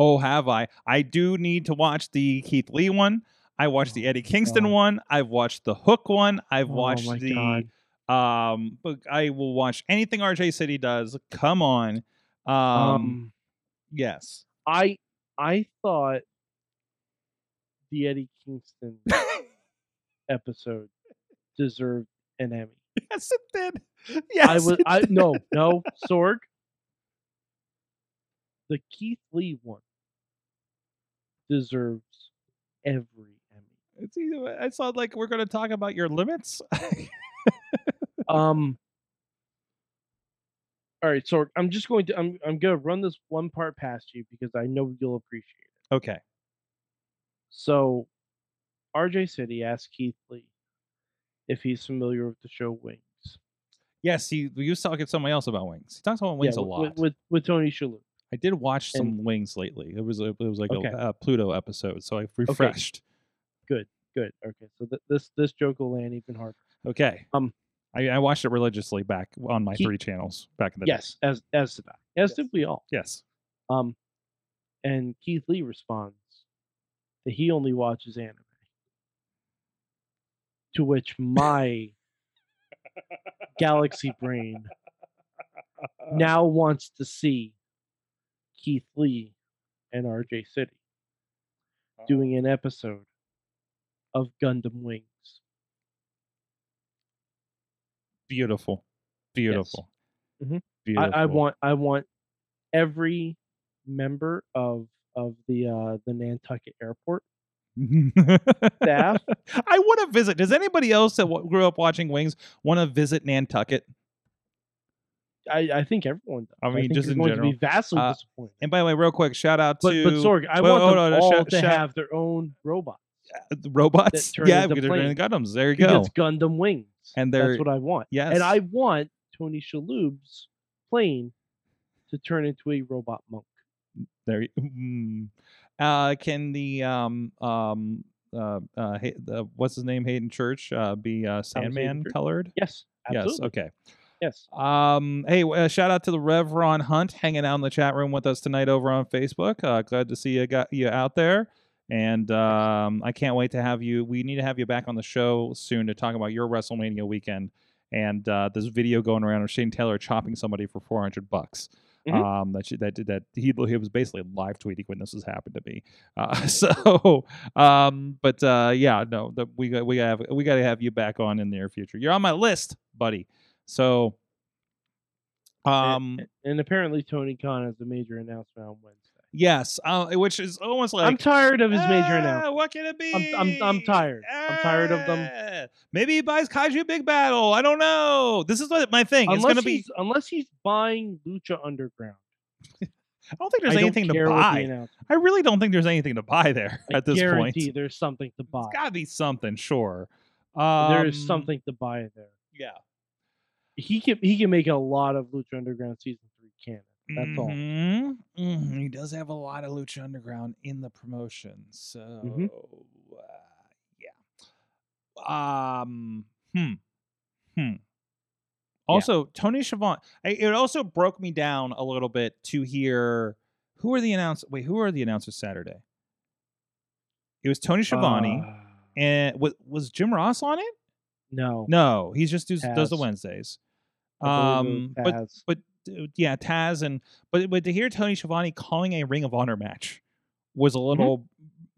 Speaker 2: Oh, have I? I do need to watch the Keith Lee one. I watched the
Speaker 3: Oh,
Speaker 2: Eddie Kingston
Speaker 3: God.
Speaker 2: one. I've watched the Hook one. I've
Speaker 3: Oh,
Speaker 2: watched
Speaker 3: my
Speaker 2: the
Speaker 3: God.
Speaker 2: um. But I will watch anything RJ City does. Come on. Um.
Speaker 3: um
Speaker 2: yes.
Speaker 3: I I thought the Eddie Kingston episode deserved an Emmy.
Speaker 2: Yes, it did. Yes.
Speaker 3: I was
Speaker 2: it
Speaker 3: I
Speaker 2: did.
Speaker 3: no no Sorg. The Keith Lee one deserves every Emmy.
Speaker 2: It's either- I sound like we're going to talk about your limits.
Speaker 3: Um. All right, Sorg. I'm just going to I'm I'm gonna run this one part past you because I know you'll appreciate it.
Speaker 2: okay.
Speaker 3: So, RJ City asked Keith Lee if he's familiar with the show Wings.
Speaker 2: Yes, he, he was talking to somebody else about wings. He talks about wings a
Speaker 3: with,
Speaker 2: lot.
Speaker 3: with with, with Tony Shalhoub.
Speaker 2: I did watch some
Speaker 3: and-
Speaker 2: wings lately. It was a, it was like
Speaker 3: Okay.
Speaker 2: a, uh Pluto episode, so I refreshed.
Speaker 3: Good. Okay. So th- this this joke will land even harder.
Speaker 2: Okay.
Speaker 3: Um,
Speaker 2: I, I watched it religiously back on my
Speaker 3: He-
Speaker 2: three channels back in the
Speaker 3: Yes, as as did I. As
Speaker 2: Yes.
Speaker 3: did we all.
Speaker 2: day. Yes.
Speaker 3: Um, and Keith Lee responds that he only watches anime. To which my galaxy brain now wants to see Keith Lee and RJ City doing an episode of Gundam Wings.
Speaker 2: beautiful, beautiful.
Speaker 3: Mhm. I,
Speaker 2: Beautiful.
Speaker 3: I want I want every member of of the uh, the Nantucket Airport.
Speaker 2: staff. I want to visit. Does anybody else that w- grew up watching Wings want to visit Nantucket?
Speaker 3: I, I think everyone does.
Speaker 2: I mean,
Speaker 3: think
Speaker 2: just
Speaker 3: you're
Speaker 2: in
Speaker 3: going to
Speaker 2: general.
Speaker 3: be vastly
Speaker 2: Uh,
Speaker 3: disappointed.
Speaker 2: And by the way, real quick, shout out
Speaker 3: But
Speaker 2: to
Speaker 3: but Sorg, I
Speaker 2: Wait,
Speaker 3: want
Speaker 2: hold
Speaker 3: them
Speaker 2: on, no,
Speaker 3: all
Speaker 2: shout-
Speaker 3: to
Speaker 2: shout-
Speaker 3: have their own robot.
Speaker 2: uh, the robots.
Speaker 3: that turn
Speaker 2: Yeah,
Speaker 3: into
Speaker 2: we could turn
Speaker 3: planes.
Speaker 2: into Gundams. There you go.
Speaker 3: Because Gundam Wings.
Speaker 2: And they're-
Speaker 3: that's what I want.
Speaker 2: Yes.
Speaker 3: And I want Tony Shalhoub's plane to turn into a robot monk.
Speaker 2: There. you- Mm. Uh, can the um um uh, uh Hay- the, what's his name Hayden Church uh, be uh, Sandman
Speaker 3: Church.
Speaker 2: colored?
Speaker 3: Yes. Absolutely.
Speaker 2: Yes. Okay.
Speaker 3: Yes.
Speaker 2: Um. Hey, w- uh, shout out to the Rev Ron Hunt hanging out in the chat room with us tonight over on Facebook. Uh, glad to see you got you out there. And um, I can't wait to have you. We need to have you back on the show soon to talk about your WrestleMania weekend and uh, this video going around of Shane Taylor chopping somebody for four hundred bucks.
Speaker 3: Mhm.
Speaker 2: Um, that she, that did that he, he was basically live tweeting when this has happened to me. Uh, so, um, but uh, yeah, no, the, we got we got have we got to have you back on in the near future. You're on my list, buddy. So,
Speaker 3: And-
Speaker 2: um,
Speaker 3: and apparently Tony Khan has a major announcement on Wednesday.
Speaker 2: yes, uh, which is almost like
Speaker 3: I'm tired of his major
Speaker 2: "Ah,
Speaker 3: announcement.
Speaker 2: What can it be?
Speaker 3: I'm- I'm- I'm tired. I'm tired of them."
Speaker 2: Ah, Maybe he buys Kaiju Big Battle. I don't know. This is what my thing. it's
Speaker 3: Unless
Speaker 2: gonna be.
Speaker 3: he's, unless he's buying Lucha Underground.
Speaker 2: I don't think there's
Speaker 3: I don't
Speaker 2: anything to
Speaker 3: care what the
Speaker 2: buy.
Speaker 3: announcement-
Speaker 2: I really don't think there's anything to buy there
Speaker 3: I
Speaker 2: at this point.
Speaker 3: guarantee there's something to buy.
Speaker 2: It's got to be something, sure. Um,
Speaker 3: there is something to buy in there.
Speaker 2: Yeah.
Speaker 3: He can he can make a lot of Lucha Underground season three canon. That's all.
Speaker 2: Mhm. Mhm. He does have a lot of Lucha Underground in the promotion, so
Speaker 3: Mm-hmm.
Speaker 2: uh, yeah. Um. Hmm. Hmm. Also, Tony Schiavone. I, it also broke me down a little bit to hear who are the announce. Wait, who are the announcers Saturday? It was Tony Schiavone,
Speaker 3: Ah,
Speaker 2: and was was Jim Ross on it?
Speaker 3: no.
Speaker 2: No, he just does, does the
Speaker 3: Taz.
Speaker 2: Wednesdays.
Speaker 3: I believe it was
Speaker 2: Um, but
Speaker 3: Taz.
Speaker 2: but uh, yeah, Taz and but but to hear Tony Schiavone calling a Ring of Honor match was a
Speaker 3: Mm-hmm.
Speaker 2: little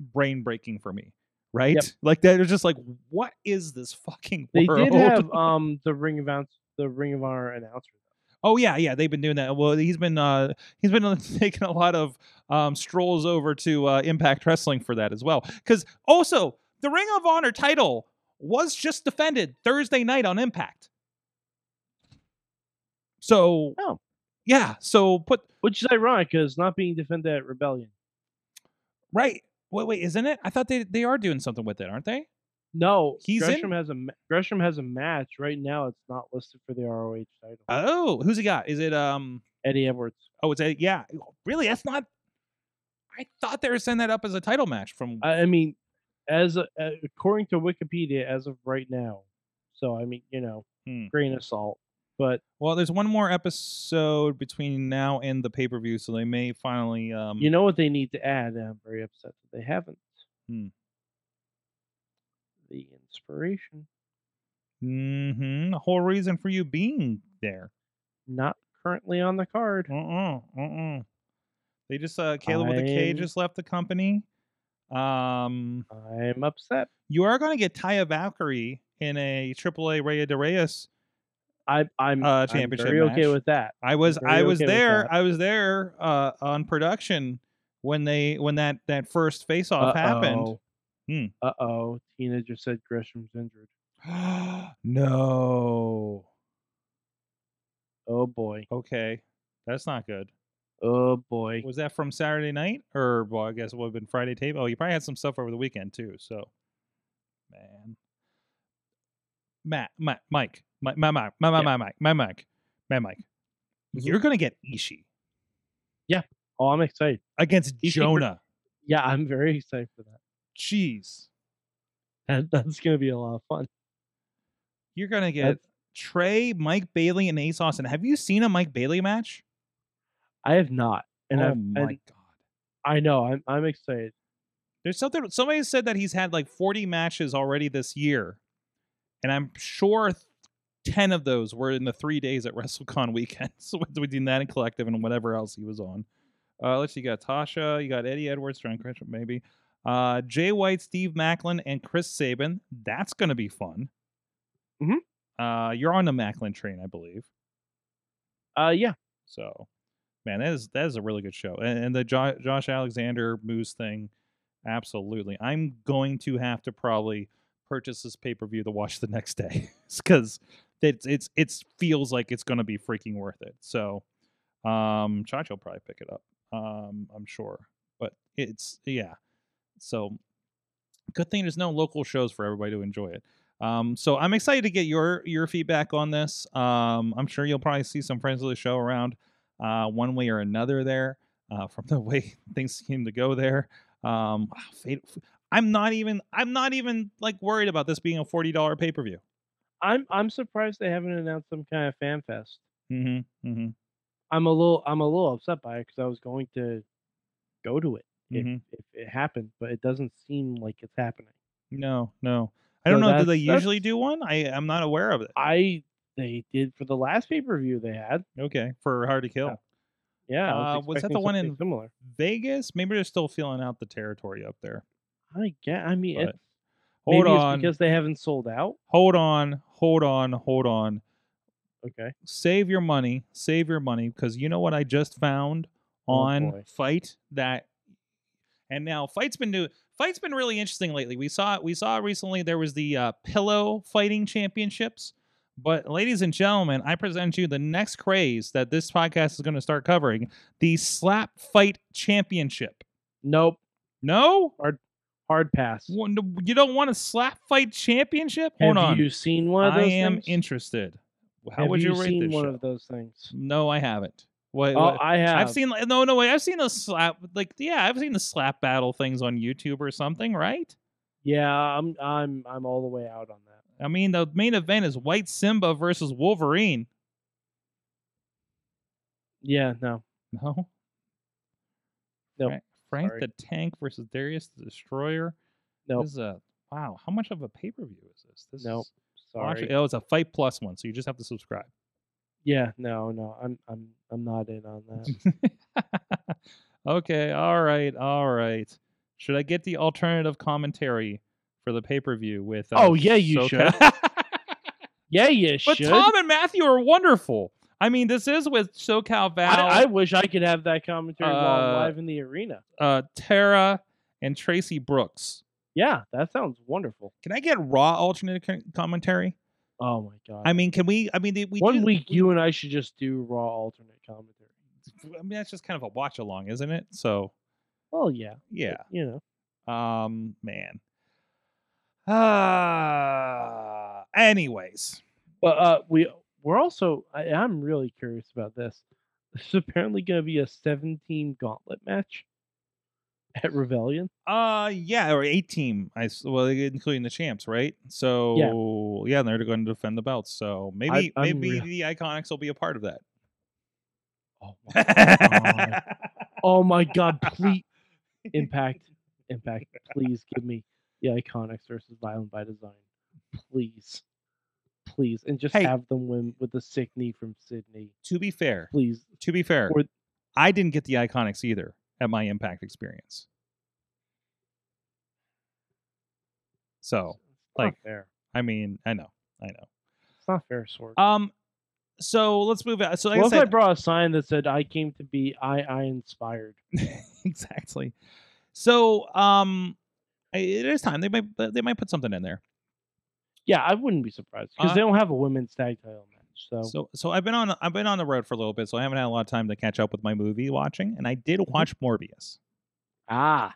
Speaker 2: brain breaking for me, right? Like that was just like, what is this fucking
Speaker 3: they
Speaker 2: world?
Speaker 3: did have um the Ring of Honor, the Ring of Honor announcer.
Speaker 2: oh yeah, yeah, they've been doing that. Well, he's been uh he's been taking a lot of um strolls over to uh, Impact Wrestling for that as well. Because also the Ring of Honor title was just defended Thursday night on Impact. So
Speaker 3: Oh.
Speaker 2: yeah, so put
Speaker 3: Which is ironic because not being defended at Rebellion.
Speaker 2: Right. Wait, wait, isn't it? I thought they they are doing something with it, aren't they?
Speaker 3: No,
Speaker 2: He's in-
Speaker 3: Gresham has a ma- Gresham has a match right now. It's not listed for the ROH title.
Speaker 2: Oh, who's he got? Is it um
Speaker 3: Eddie Edwards.
Speaker 2: oh it's a yeah. Really? That's not I thought they were setting that up as a title match from
Speaker 3: I, I mean, as a, uh, according to Wikipedia, as of right now. So I mean, you know,
Speaker 2: Hmm.
Speaker 3: grain of salt. But
Speaker 2: Well, there's one more episode between now and the pay-per-view, so they may finally um
Speaker 3: you know what they need to add? and I'm very upset that they haven't.
Speaker 2: Hmm.
Speaker 3: The inspiration,
Speaker 2: mhm, the whole reason for you being there.
Speaker 3: not currently on the card.
Speaker 2: Uh-uh. Uh-uh. They just uh Caleb with a K
Speaker 3: I'm-
Speaker 2: just left the company. Um
Speaker 3: I'm upset.
Speaker 2: you are going to get Taya Valkyrie in a AAA Raya de Reyes.
Speaker 3: I, I'm,
Speaker 2: Uh,
Speaker 3: I'm
Speaker 2: championship
Speaker 3: very okay
Speaker 2: match.
Speaker 3: with that.
Speaker 2: I was I
Speaker 3: very
Speaker 2: was
Speaker 3: okay with
Speaker 2: there
Speaker 3: that.
Speaker 2: I was there uh, on production when they when that that first face off happened. Hmm.
Speaker 3: Uh oh. Tina just said Gresham's injured.
Speaker 2: no.
Speaker 3: Oh boy.
Speaker 2: Okay. That's not good.
Speaker 3: Oh boy.
Speaker 2: Was that from Saturday night or well I guess it would have been Friday tape. Oh, you probably had some stuff over the weekend too. So man. Matt, Matt, Mike, Mike, my, my, my, my, my, Mike, my, Mike, my, Mike.
Speaker 3: Mhm.
Speaker 2: You're gonna get Ishii.
Speaker 3: Oh, I'm excited.
Speaker 2: against
Speaker 3: Ishii ver-
Speaker 2: Jonah.
Speaker 3: Yeah, I'm very excited for that.
Speaker 2: Jeez.
Speaker 3: that that's gonna be a lot of fun.
Speaker 2: You're gonna get
Speaker 3: That's-
Speaker 2: Trey, Mike Bailey, and Ace Austin. Have you seen a Mike Bailey match?
Speaker 3: I have not, and
Speaker 2: oh
Speaker 3: I've,
Speaker 2: my
Speaker 3: and
Speaker 2: god.
Speaker 3: I know I'm I'm excited.
Speaker 2: There's something somebody said that he's had like 40 matches already this year. And I'm sure th- 10 of those were in the three days at WrestleCon weekend. So with- between that and collective and whatever else he was on. Uh let's see, you got Tasha, you got Eddie Edwards, John Christian, maybe. Uh Jay White, Steve Macklin, and Chris Sabin. That's gonna be fun.
Speaker 3: Mhm.
Speaker 2: Uh you're on the Macklin train, I believe.
Speaker 3: Uh, yeah,
Speaker 2: So, man, that is that is a really good show. And, and the jo- Josh Alexander Moose thing, absolutely. I'm going to have to probably purchase this pay per view to watch the next day because it's it's it's feels like it's going to be freaking worth it. So, um, Chachi will probably pick it up. Um, I'm sure, but it's yeah. So, good thing there's no local shows for everybody to enjoy it. Um, so I'm excited to get your your feedback on this. Um, I'm sure you'll probably see some friends of the show around, uh, one way or another. There, uh, from the way things seem to go there. Um, ah, Fate- I'm not even I'm not even like worried about this being a forty dollar pay per view.
Speaker 3: I'm I'm surprised they haven't announced some kind of fan fest.
Speaker 2: Mm-hmm, mm-hmm.
Speaker 3: I'm a little I'm a little upset by it because I was going to go to it if,
Speaker 2: Mhm.
Speaker 3: if it happened, but it doesn't seem like it's happening.
Speaker 2: No, no, I
Speaker 3: So
Speaker 2: don't know. Do
Speaker 3: that's-
Speaker 2: they usually
Speaker 3: that's-
Speaker 2: do one? I I'm not aware of it.
Speaker 3: I they did for the last pay per view they had.
Speaker 2: Okay, for Hard to Kill.
Speaker 3: Yeah, I
Speaker 2: Uh, was that
Speaker 3: expecting
Speaker 2: the one
Speaker 3: something
Speaker 2: in-
Speaker 3: similar?
Speaker 2: Vegas, maybe they're still feeling out the territory up there.
Speaker 3: I get. I mean,
Speaker 2: But-
Speaker 3: it's,
Speaker 2: Hold
Speaker 3: maybe
Speaker 2: on,
Speaker 3: it's because they haven't sold out.
Speaker 2: hold on, hold on, hold on.
Speaker 3: Okay.
Speaker 2: save your money, save your money, because you know what I just found
Speaker 3: Oh,
Speaker 2: on
Speaker 3: boy.
Speaker 2: Fight that, and now Fight's been doing. Fight's been really interesting lately. We saw we saw recently there was the uh, pillow fighting championships, but ladies and gentlemen, I present you the next craze that this podcast is going to start covering: the slap fight championship.
Speaker 3: Nope.
Speaker 2: No,
Speaker 3: Hard pass.
Speaker 2: One- You don't want a slap fight championship? Hold
Speaker 3: Have
Speaker 2: on.
Speaker 3: you seen one of
Speaker 2: I
Speaker 3: those
Speaker 2: am
Speaker 3: things?
Speaker 2: interested. How
Speaker 3: Have
Speaker 2: would you, rate
Speaker 3: seen
Speaker 2: this
Speaker 3: one
Speaker 2: show?
Speaker 3: of those things?
Speaker 2: No, I haven't. What,
Speaker 3: Oh,
Speaker 2: what-
Speaker 3: I have.
Speaker 2: I've seen like- no, no way. I've seen a slap like yeah, I've seen the slap battle things on YouTube or something, right?
Speaker 3: Yeah, I'm I'm I'm all the way out on that.
Speaker 2: I mean, the main event is White Simba versus Wolverine.
Speaker 3: Yeah, no.
Speaker 2: No.
Speaker 3: Nope.
Speaker 2: Fra- Frank
Speaker 3: Sorry.
Speaker 2: the Tank versus Darius the Destroyer.
Speaker 3: Nope.
Speaker 2: This is a wow. How much of a pay per view is this? This
Speaker 3: Nope.
Speaker 2: is watch-
Speaker 3: Sorry.
Speaker 2: oh, it's a Fight Plus one, so you just have to subscribe.
Speaker 3: Yeah, no, no. I'm I'm I'm not in on that.
Speaker 2: okay, all right, all right. Should I get the alternative commentary for the pay per view with? Uh,
Speaker 3: Oh, yeah, you
Speaker 2: should.
Speaker 3: yeah, you
Speaker 2: But
Speaker 3: should.
Speaker 2: Tom and Matthew are wonderful. I mean, this is with SoCal Val,
Speaker 3: I, I wish I could have that commentary while I'm
Speaker 2: Uh,
Speaker 3: live in the arena.
Speaker 2: uh, Tara, and Tracy Brooks.
Speaker 3: Yeah, that sounds wonderful.
Speaker 2: Can I get raw alternate co- commentary?
Speaker 3: Oh my god.
Speaker 2: I mean, can we? I mean, they- we
Speaker 3: one
Speaker 2: do-
Speaker 3: week you and I should just do raw alternate commentary.
Speaker 2: I mean, that's just kind of a watch along, isn't it? So
Speaker 3: Well, yeah.
Speaker 2: yeah.
Speaker 3: You know.
Speaker 2: Um, man. Ah. anyways,
Speaker 3: But uh we we're also I, I'm really curious about this. This is apparently gonna be a seven team gauntlet match at Rebellion.
Speaker 2: uh, yeah, or eight team. I s- well, including the champs, right? So yeah, and they're going to defend the belts. So maybe
Speaker 3: I'm
Speaker 2: maybe
Speaker 3: real-
Speaker 2: the Iconics will be a part of that.
Speaker 3: Oh my Oh my god, please impact impact, please give me the iconics versus violent by design. Please. Please. And just
Speaker 2: Hey.
Speaker 3: have them win with the sick knee from Sydney.
Speaker 2: to be fair,
Speaker 3: Please.
Speaker 2: to be fair,
Speaker 3: Or-
Speaker 2: I didn't get the Iconics either at my Impact experience. So
Speaker 3: It's not
Speaker 2: Oh, like-
Speaker 3: fair.
Speaker 2: I mean, I know, I know.
Speaker 3: It's not fair, Sword.
Speaker 2: Um, so let's move out. So like
Speaker 3: what
Speaker 2: I
Speaker 3: if I
Speaker 2: said,
Speaker 3: brought a sign that said I came to be I I inspired?
Speaker 2: exactly. So um, i- it is time. They might they might put something in there.
Speaker 3: Yeah, I wouldn't be surprised because
Speaker 2: Uh,
Speaker 3: they don't have a women's tag title match. So,
Speaker 2: So so I've been on I've been on the road for a little bit, so I haven't had a lot of time to catch up with my movie watching, and I did watch Morbius.
Speaker 3: ah,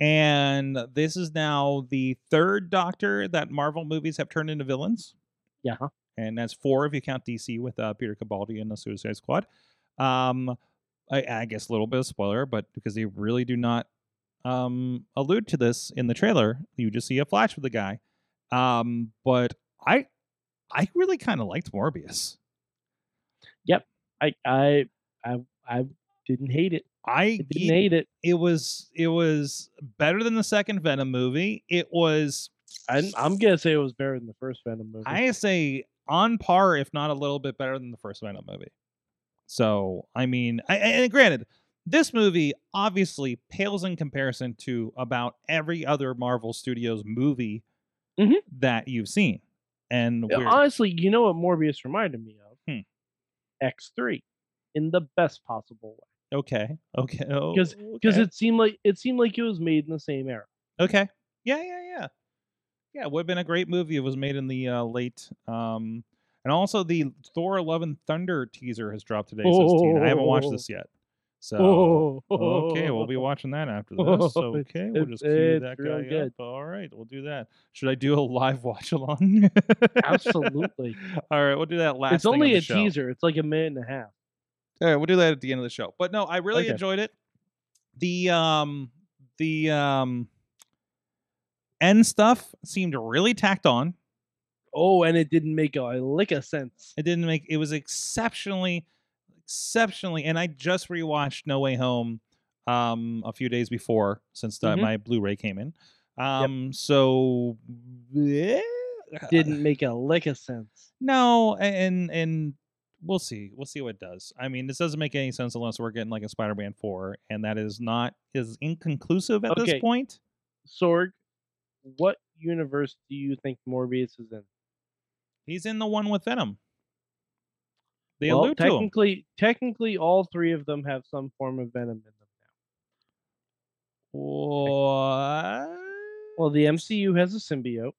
Speaker 2: And this is now the third Doctor that Marvel movies have turned into villains.
Speaker 3: yeah, huh?
Speaker 2: and that's four if you count DC with uh, Peter Cabaldi and the Suicide Squad. Um, I, I guess a little bit of spoiler, but because they really do not um, allude to this in the trailer, you just see a flash of the guy. Um, but I, I really kind of liked Morbius.
Speaker 3: I I I I didn't hate it.
Speaker 2: I
Speaker 3: I didn't
Speaker 2: ge-
Speaker 3: hate it.
Speaker 2: it was it was better than the second Venom movie. It was
Speaker 3: I, I'm gonna say it was better than the first Venom movie.
Speaker 2: I say on par, if not a little bit better than the first Venom movie. So I mean, I, I- and granted, this movie obviously pales in comparison to about every other Marvel Studios movie
Speaker 3: Mhm.
Speaker 2: that you've seen. And
Speaker 3: Yeah,
Speaker 2: we're,
Speaker 3: honestly, you know what Morbius reminded me of?
Speaker 2: Hmm.
Speaker 3: X three, in the best possible way,
Speaker 2: okay, okay, oh,
Speaker 3: because because it seemed like it seemed like it was made in the same era.
Speaker 2: Okay. Yeah, yeah, yeah. Yeah, it would have been a great movie. if It was made in the uh, late. Um, and also, the Thor 11 Thunder teaser has dropped today. so Steen, I haven't watched
Speaker 3: Oh.
Speaker 2: this yet. So,
Speaker 3: Oh,
Speaker 2: okay, we'll be watching that after this. So,
Speaker 3: It's-
Speaker 2: okay, we'll
Speaker 3: it's-
Speaker 2: just cue
Speaker 3: it's
Speaker 2: that
Speaker 3: real
Speaker 2: guy
Speaker 3: good.
Speaker 2: up. All right, we'll do that. Should I do a live watch along?
Speaker 3: Absolutely.
Speaker 2: All right, we'll do that last.
Speaker 3: it's
Speaker 2: thing on
Speaker 3: only
Speaker 2: the
Speaker 3: a
Speaker 2: show.
Speaker 3: teaser. It's like a minute and a half.
Speaker 2: All right, we'll do that at the end of the show. But no, I really
Speaker 3: Okay.
Speaker 2: enjoyed it. The um the um end stuff seemed really tacked on.
Speaker 3: Oh, and it didn't make a lick of sense.
Speaker 2: It didn't make it was exceptionally exceptionally and I just rewatched No Way Home um a few days before since that
Speaker 3: Mhm.
Speaker 2: my Blu-ray came in. Um so yeah,
Speaker 3: Didn't make a lick of sense.
Speaker 2: No, and and we'll see. We'll see what it does. I mean, this doesn't make any sense unless we're getting like a Spider-Man 4 and that is not is inconclusive at this
Speaker 3: Okay.
Speaker 2: point.
Speaker 3: Sorg, what universe do you think Morbius is in?
Speaker 2: He's in the one with Venom. They
Speaker 3: well,
Speaker 2: allude to him.
Speaker 3: technically, technically, all three of them have some form of venom in them now.
Speaker 2: What?
Speaker 3: Well, the MCU has a symbiote.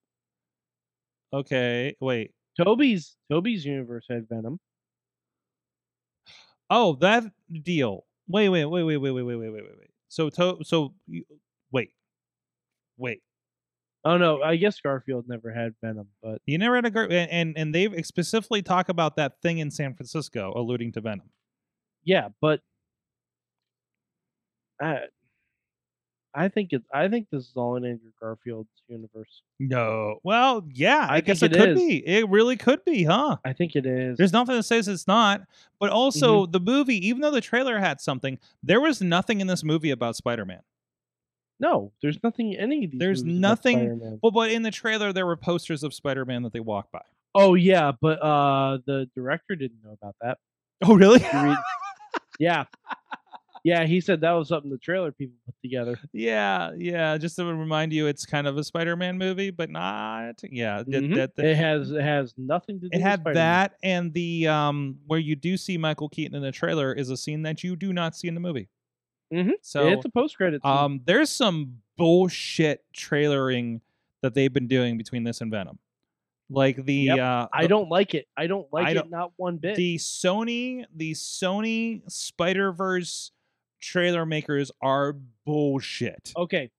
Speaker 2: Okay, wait.
Speaker 3: Toby's Toby's universe had venom.
Speaker 2: Oh, that deal. Wait, wait, wait, wait, wait, wait, wait, wait, wait, wait, wait. So to so you, wait. wait,
Speaker 3: Oh no, I guess Garfield never had Venom, but
Speaker 2: you never had a Gar- and and, and they specifically talk about that thing in San Francisco, alluding to Venom.
Speaker 3: yeah, but I, I think it. I think this is all in Andrew Garfield's universe.
Speaker 2: No, well, yeah, I,
Speaker 3: I
Speaker 2: guess it,
Speaker 3: think it
Speaker 2: could
Speaker 3: is.
Speaker 2: be. It really could be, huh?
Speaker 3: I think it is.
Speaker 2: There's nothing that says it's Mm-hmm. not. But also, the movie, even though the trailer had something, there was nothing in this movie about Spider-Man.
Speaker 3: no, there's nothing. in Any of these.
Speaker 2: There's
Speaker 3: movies about
Speaker 2: nothing-
Speaker 3: Spider-Man.
Speaker 2: Well, but in the trailer, there were posters of Spider-Man that they walked by.
Speaker 3: Oh yeah, but uh, the director didn't know about that.
Speaker 2: Oh, really?
Speaker 3: You read- yeah, yeah, he said that was something the trailer people put together.
Speaker 2: yeah, yeah. Just to remind you, it's kind of a Spider-Man movie, but not. Yeah, that-
Speaker 3: Mhm.
Speaker 2: that- that-
Speaker 3: it has it has nothing to do.
Speaker 2: it
Speaker 3: with
Speaker 2: had
Speaker 3: Spider-Man.
Speaker 2: that, and the um where you do see Michael Keaton in the trailer is a scene that you do not see in the movie.
Speaker 3: Mhm.
Speaker 2: So
Speaker 3: it's a post credit.
Speaker 2: Um, there's some bullshit trailering that they've been doing between this and Venom. Like the
Speaker 3: Yep.
Speaker 2: uh,
Speaker 3: I
Speaker 2: the-
Speaker 3: don't like it. I don't like
Speaker 2: I don't-
Speaker 3: it not one bit.
Speaker 2: the Sony the Sony Spider Verse trailer makers are bullshit.
Speaker 3: okay.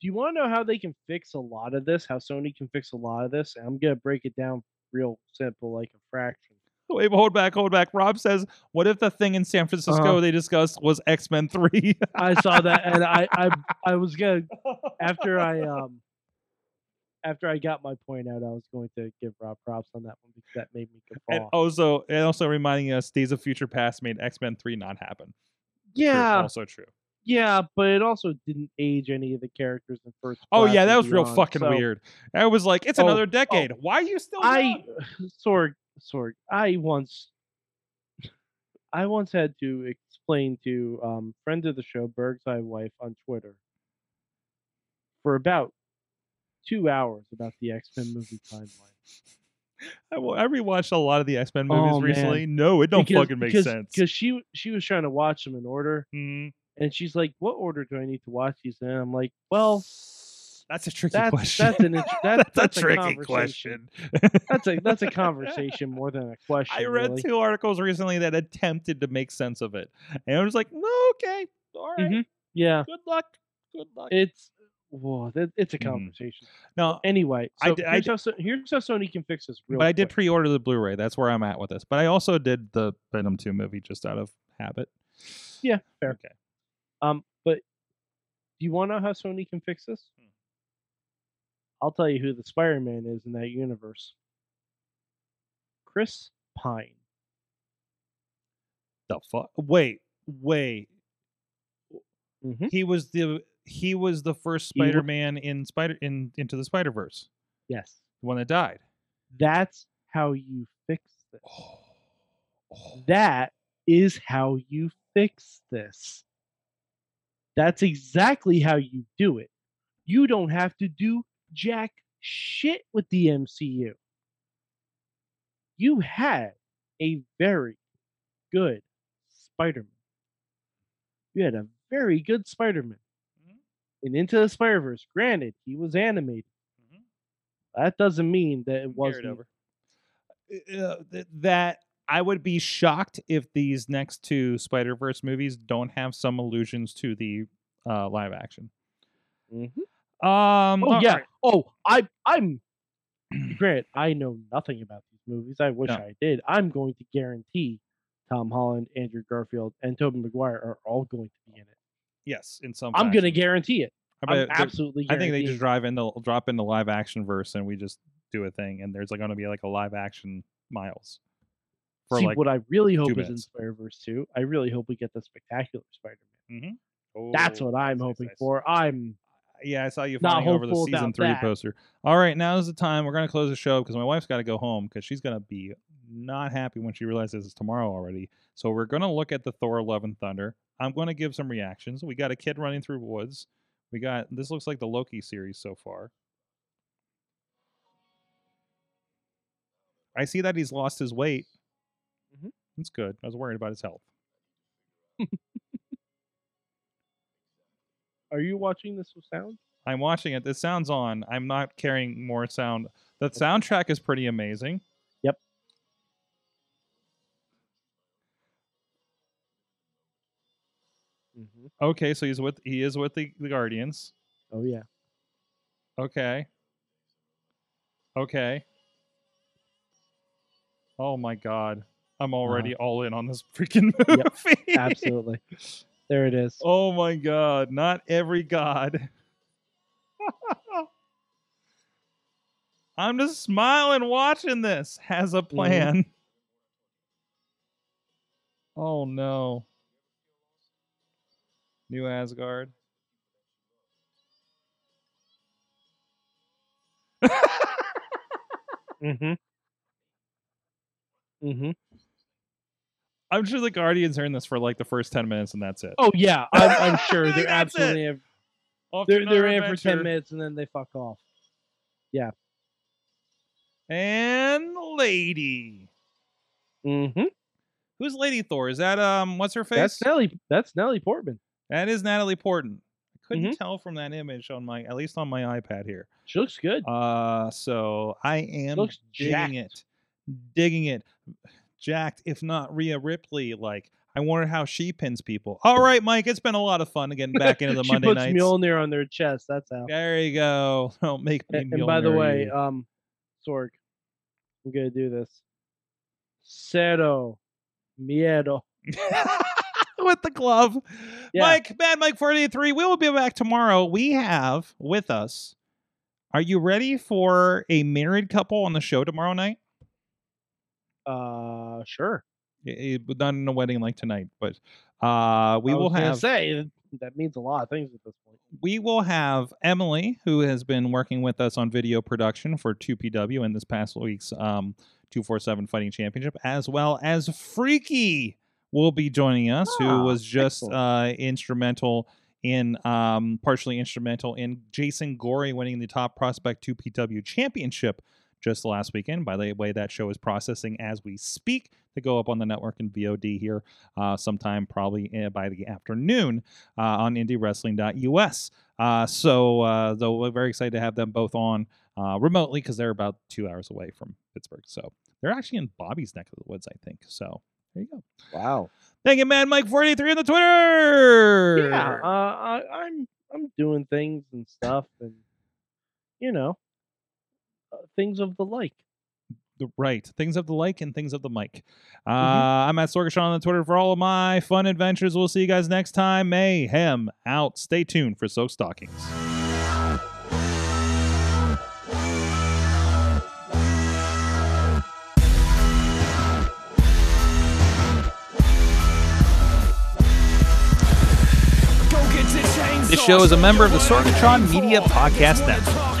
Speaker 3: Do you want to know how they can fix a lot of this? How Sony can fix a lot of this? I'm gonna break it down real simple, like a fraction.
Speaker 2: Wait, hold back, hold back. Rob says, "What if the thing in San Francisco
Speaker 3: Uh-huh.
Speaker 2: they discussed was X Men 3?
Speaker 3: I saw that, and I I I was gonna after I um after I got my point out, I was going to give Rob props on that one because that made me
Speaker 2: and
Speaker 3: guffaw.
Speaker 2: also, and also reminding us, Days of Future Past made X Men Three not happen. True,
Speaker 3: yeah,
Speaker 2: also true.
Speaker 3: yeah, but it also didn't age any of the characters in first.
Speaker 2: Oh
Speaker 3: Class
Speaker 2: yeah,
Speaker 3: and
Speaker 2: that was real
Speaker 3: Beyond,
Speaker 2: fucking
Speaker 3: so
Speaker 2: weird. I was like, it's
Speaker 3: Oh,
Speaker 2: another decade. Why are you still?
Speaker 3: I
Speaker 2: young?
Speaker 3: Sorg Sorg, I once I once had to explain to um friend of the show, Berg's Eye Wife on Twitter for about two hours about the X Men movie timeline.
Speaker 2: I, wa- I rewatched a lot of the X Men movies
Speaker 3: Oh, man.
Speaker 2: recently. No, it don't
Speaker 3: Because-
Speaker 2: fucking make
Speaker 3: because,
Speaker 2: sense.
Speaker 3: Because she w- she was trying to watch them in order
Speaker 2: Mm,
Speaker 3: and she's like, What order do I need to watch these in? And I'm like, Well,
Speaker 2: that's a tricky
Speaker 3: that's
Speaker 2: question.
Speaker 3: that's an int- that,
Speaker 2: That's
Speaker 3: that's
Speaker 2: a tricky question.
Speaker 3: conversation. That's a that's a conversation more than a question.
Speaker 2: I read
Speaker 3: really.
Speaker 2: two articles recently that attempted to make sense of it, and I was like, no, okay, all right,
Speaker 3: Mhm. Yeah.
Speaker 2: good luck, good luck.
Speaker 3: It's whoa, that, it's a
Speaker 2: Mhm.
Speaker 3: conversation.
Speaker 2: no,
Speaker 3: Anyway,
Speaker 2: I
Speaker 3: so
Speaker 2: d- I
Speaker 3: here's,
Speaker 2: d-
Speaker 3: how, So- here's how Sony can fix this. Real
Speaker 2: but I did
Speaker 3: quick.
Speaker 2: pre-order the Blu-ray. That's where I'm at with this. But I also did the Venom Two movie just out of habit.
Speaker 3: Yeah, fair.
Speaker 2: Okay.
Speaker 3: Um, but do you want to know how Sony can fix this?
Speaker 2: Hmm.
Speaker 3: I'll tell you who the Spider-Man is in that universe. Chris Pine.
Speaker 2: The fuck? Wait, wait.
Speaker 3: Mhm.
Speaker 2: He was the he was the first
Speaker 3: He wa-
Speaker 2: Spider-Man in Spider in Into the Spider-Verse,
Speaker 3: Yes,
Speaker 2: the one that died.
Speaker 3: that's how you fix this.
Speaker 2: Oh,
Speaker 3: oh. That is how you fix this. That's exactly how you do it. You don't have to do jack shit with the MCU. You had a very good Spider Man. You had a very good Spider Man.
Speaker 2: Mhm.
Speaker 3: And Into the Spider Verse, granted, he was animated.
Speaker 2: Mhm.
Speaker 3: That doesn't mean that it
Speaker 2: Carried
Speaker 3: wasn't.
Speaker 2: Uh, th- that I would be shocked if these next two Spider-Verse movies don't have some allusions to the uh, live action.
Speaker 3: Mhm.
Speaker 2: Um,
Speaker 3: Oh
Speaker 2: all
Speaker 3: yeah.
Speaker 2: right.
Speaker 3: Oh, I I'm Grant, I know nothing about these movies. I wish
Speaker 2: No.
Speaker 3: I did. I'm going to guarantee Tom Holland, Andrew Garfield, and Tobey Maguire are all going to be in it.
Speaker 2: yes, in some.
Speaker 3: I'm going to
Speaker 2: fashion.
Speaker 3: guarantee it.
Speaker 2: I
Speaker 3: I'm
Speaker 2: bet they're-
Speaker 3: absolutely.
Speaker 2: I think they
Speaker 3: guaranteeing
Speaker 2: just drive in the drop in the live action verse and we just do a thing and there's like gonna be like a live action miles.
Speaker 3: it.
Speaker 2: For
Speaker 3: See
Speaker 2: like
Speaker 3: what I really hope is in
Speaker 2: minutes.
Speaker 3: Spider Verse Two. I really hope we get the spectacular Spider Man. That's
Speaker 2: Oh,
Speaker 3: what I'm
Speaker 2: nice,
Speaker 3: hoping
Speaker 2: nice.
Speaker 3: for. I'm
Speaker 2: Yeah, I saw you
Speaker 3: Not
Speaker 2: flying over the
Speaker 3: hopeful
Speaker 2: season
Speaker 3: about
Speaker 2: three
Speaker 3: that.
Speaker 2: poster. All right, now is the time. We're gonna close the show because my wife's got to go home because she's gonna be not happy when she realizes it's tomorrow already. So we're gonna look at the Thor: Love and Thunder. I'm gonna give some reactions. We got a kid running through woods. We got this looks like the Loki series so far. I see that he's lost his weight.
Speaker 3: Mhm.
Speaker 2: That's good. I was worried about his health.
Speaker 3: Are you watching this with sound?
Speaker 2: I'm watching it. The sound's on. I'm not carrying more sound. The soundtrack is pretty amazing.
Speaker 3: Yep.
Speaker 2: Mm-hmm. Okay, so he's with he is with the, the Guardians.
Speaker 3: Oh yeah.
Speaker 2: Okay. Okay. Oh my god. I'm already all in on this freaking movie.
Speaker 3: Yep, Absolutely. There it is.
Speaker 2: Oh my god, not every god. I'm just smiling watching this. Has a plan. Oh no. New Asgard.
Speaker 3: Mm-hmm. Mm-hmm.
Speaker 2: I'm sure the Guardians are in this for like the first 10 minutes and that's it.
Speaker 3: Oh yeah, I'm, I'm sure
Speaker 2: Like,
Speaker 3: they're
Speaker 2: that's it.
Speaker 3: absolutely in-
Speaker 2: Off to
Speaker 3: they're
Speaker 2: another
Speaker 3: they're in for
Speaker 2: adventure.
Speaker 3: ten minutes and then they fuck off.
Speaker 2: And Lady.
Speaker 3: Mm-hmm.
Speaker 2: Who's Lady Thor? Is that um what's her face?
Speaker 3: That's Nelly. That's Nelly Portman.
Speaker 2: That is Natalie Portman. I couldn't
Speaker 3: Mhm.
Speaker 2: tell from that image on my, at least on my iPad here.
Speaker 3: She looks good.
Speaker 2: Uh, so I am
Speaker 3: looks
Speaker 2: digging
Speaker 3: jacked.
Speaker 2: it, digging it, jacked. If not Rhea Ripley, like I wonder how she pins people. All right, Mike, it's been a lot of fun getting back into the
Speaker 3: she
Speaker 2: Monday
Speaker 3: puts
Speaker 2: nights.
Speaker 3: Mjolnir on their chest. That's how.
Speaker 2: There you go. Don't make
Speaker 3: A-
Speaker 2: me.
Speaker 3: And, by the
Speaker 2: Mjolnir
Speaker 3: way,
Speaker 2: you.
Speaker 3: um, Sorg, I'm gonna do this. Cero, miedo.
Speaker 2: with the glove.
Speaker 3: Yeah.
Speaker 2: Mike, Bad Mike 43. We will be back tomorrow. We have with us. Are you ready for a married couple on the show tomorrow night?
Speaker 3: Uh, sure.
Speaker 2: I- I- not in a wedding like tonight, but uh, we
Speaker 3: I
Speaker 2: will
Speaker 3: was gonna
Speaker 2: have
Speaker 3: say that means a lot of things at this point.
Speaker 2: we will have Emily, who has been working with us on video production for 2PW in this past week's um, 247 Fighting Championship, as well as Freaky will be joining us, who
Speaker 3: Ah,
Speaker 2: was just
Speaker 3: excellent.
Speaker 2: uh, instrumental in, um, partially instrumental in Jason Gorey winning the Top Prospect 2PW Championship just last weekend. By the way, that show is processing as we speak to go up on the network and VOD here uh, sometime probably uh, by the afternoon uh, on indiewrestling.us. Uh, so, uh, though we're very excited to have them both on uh, remotely because they're about two hours away from Pittsburgh. So they're actually in Bobby's neck of the woods, I think. So there you go.
Speaker 3: Wow.
Speaker 2: Thank you, man. Mike forty three on the Twitter.
Speaker 3: Yeah. Uh, I, I'm I'm doing things and stuff, and you know, uh, things of the like.
Speaker 2: the right things of the like and things of the mic. Uh, I'm at Sorgatron on the Twitter for all of my fun adventures. We'll see you guys next time. Mayhem out. Stay tuned for Soak Stockings.
Speaker 4: This show is a member of the Sorgatron Media Podcast Network.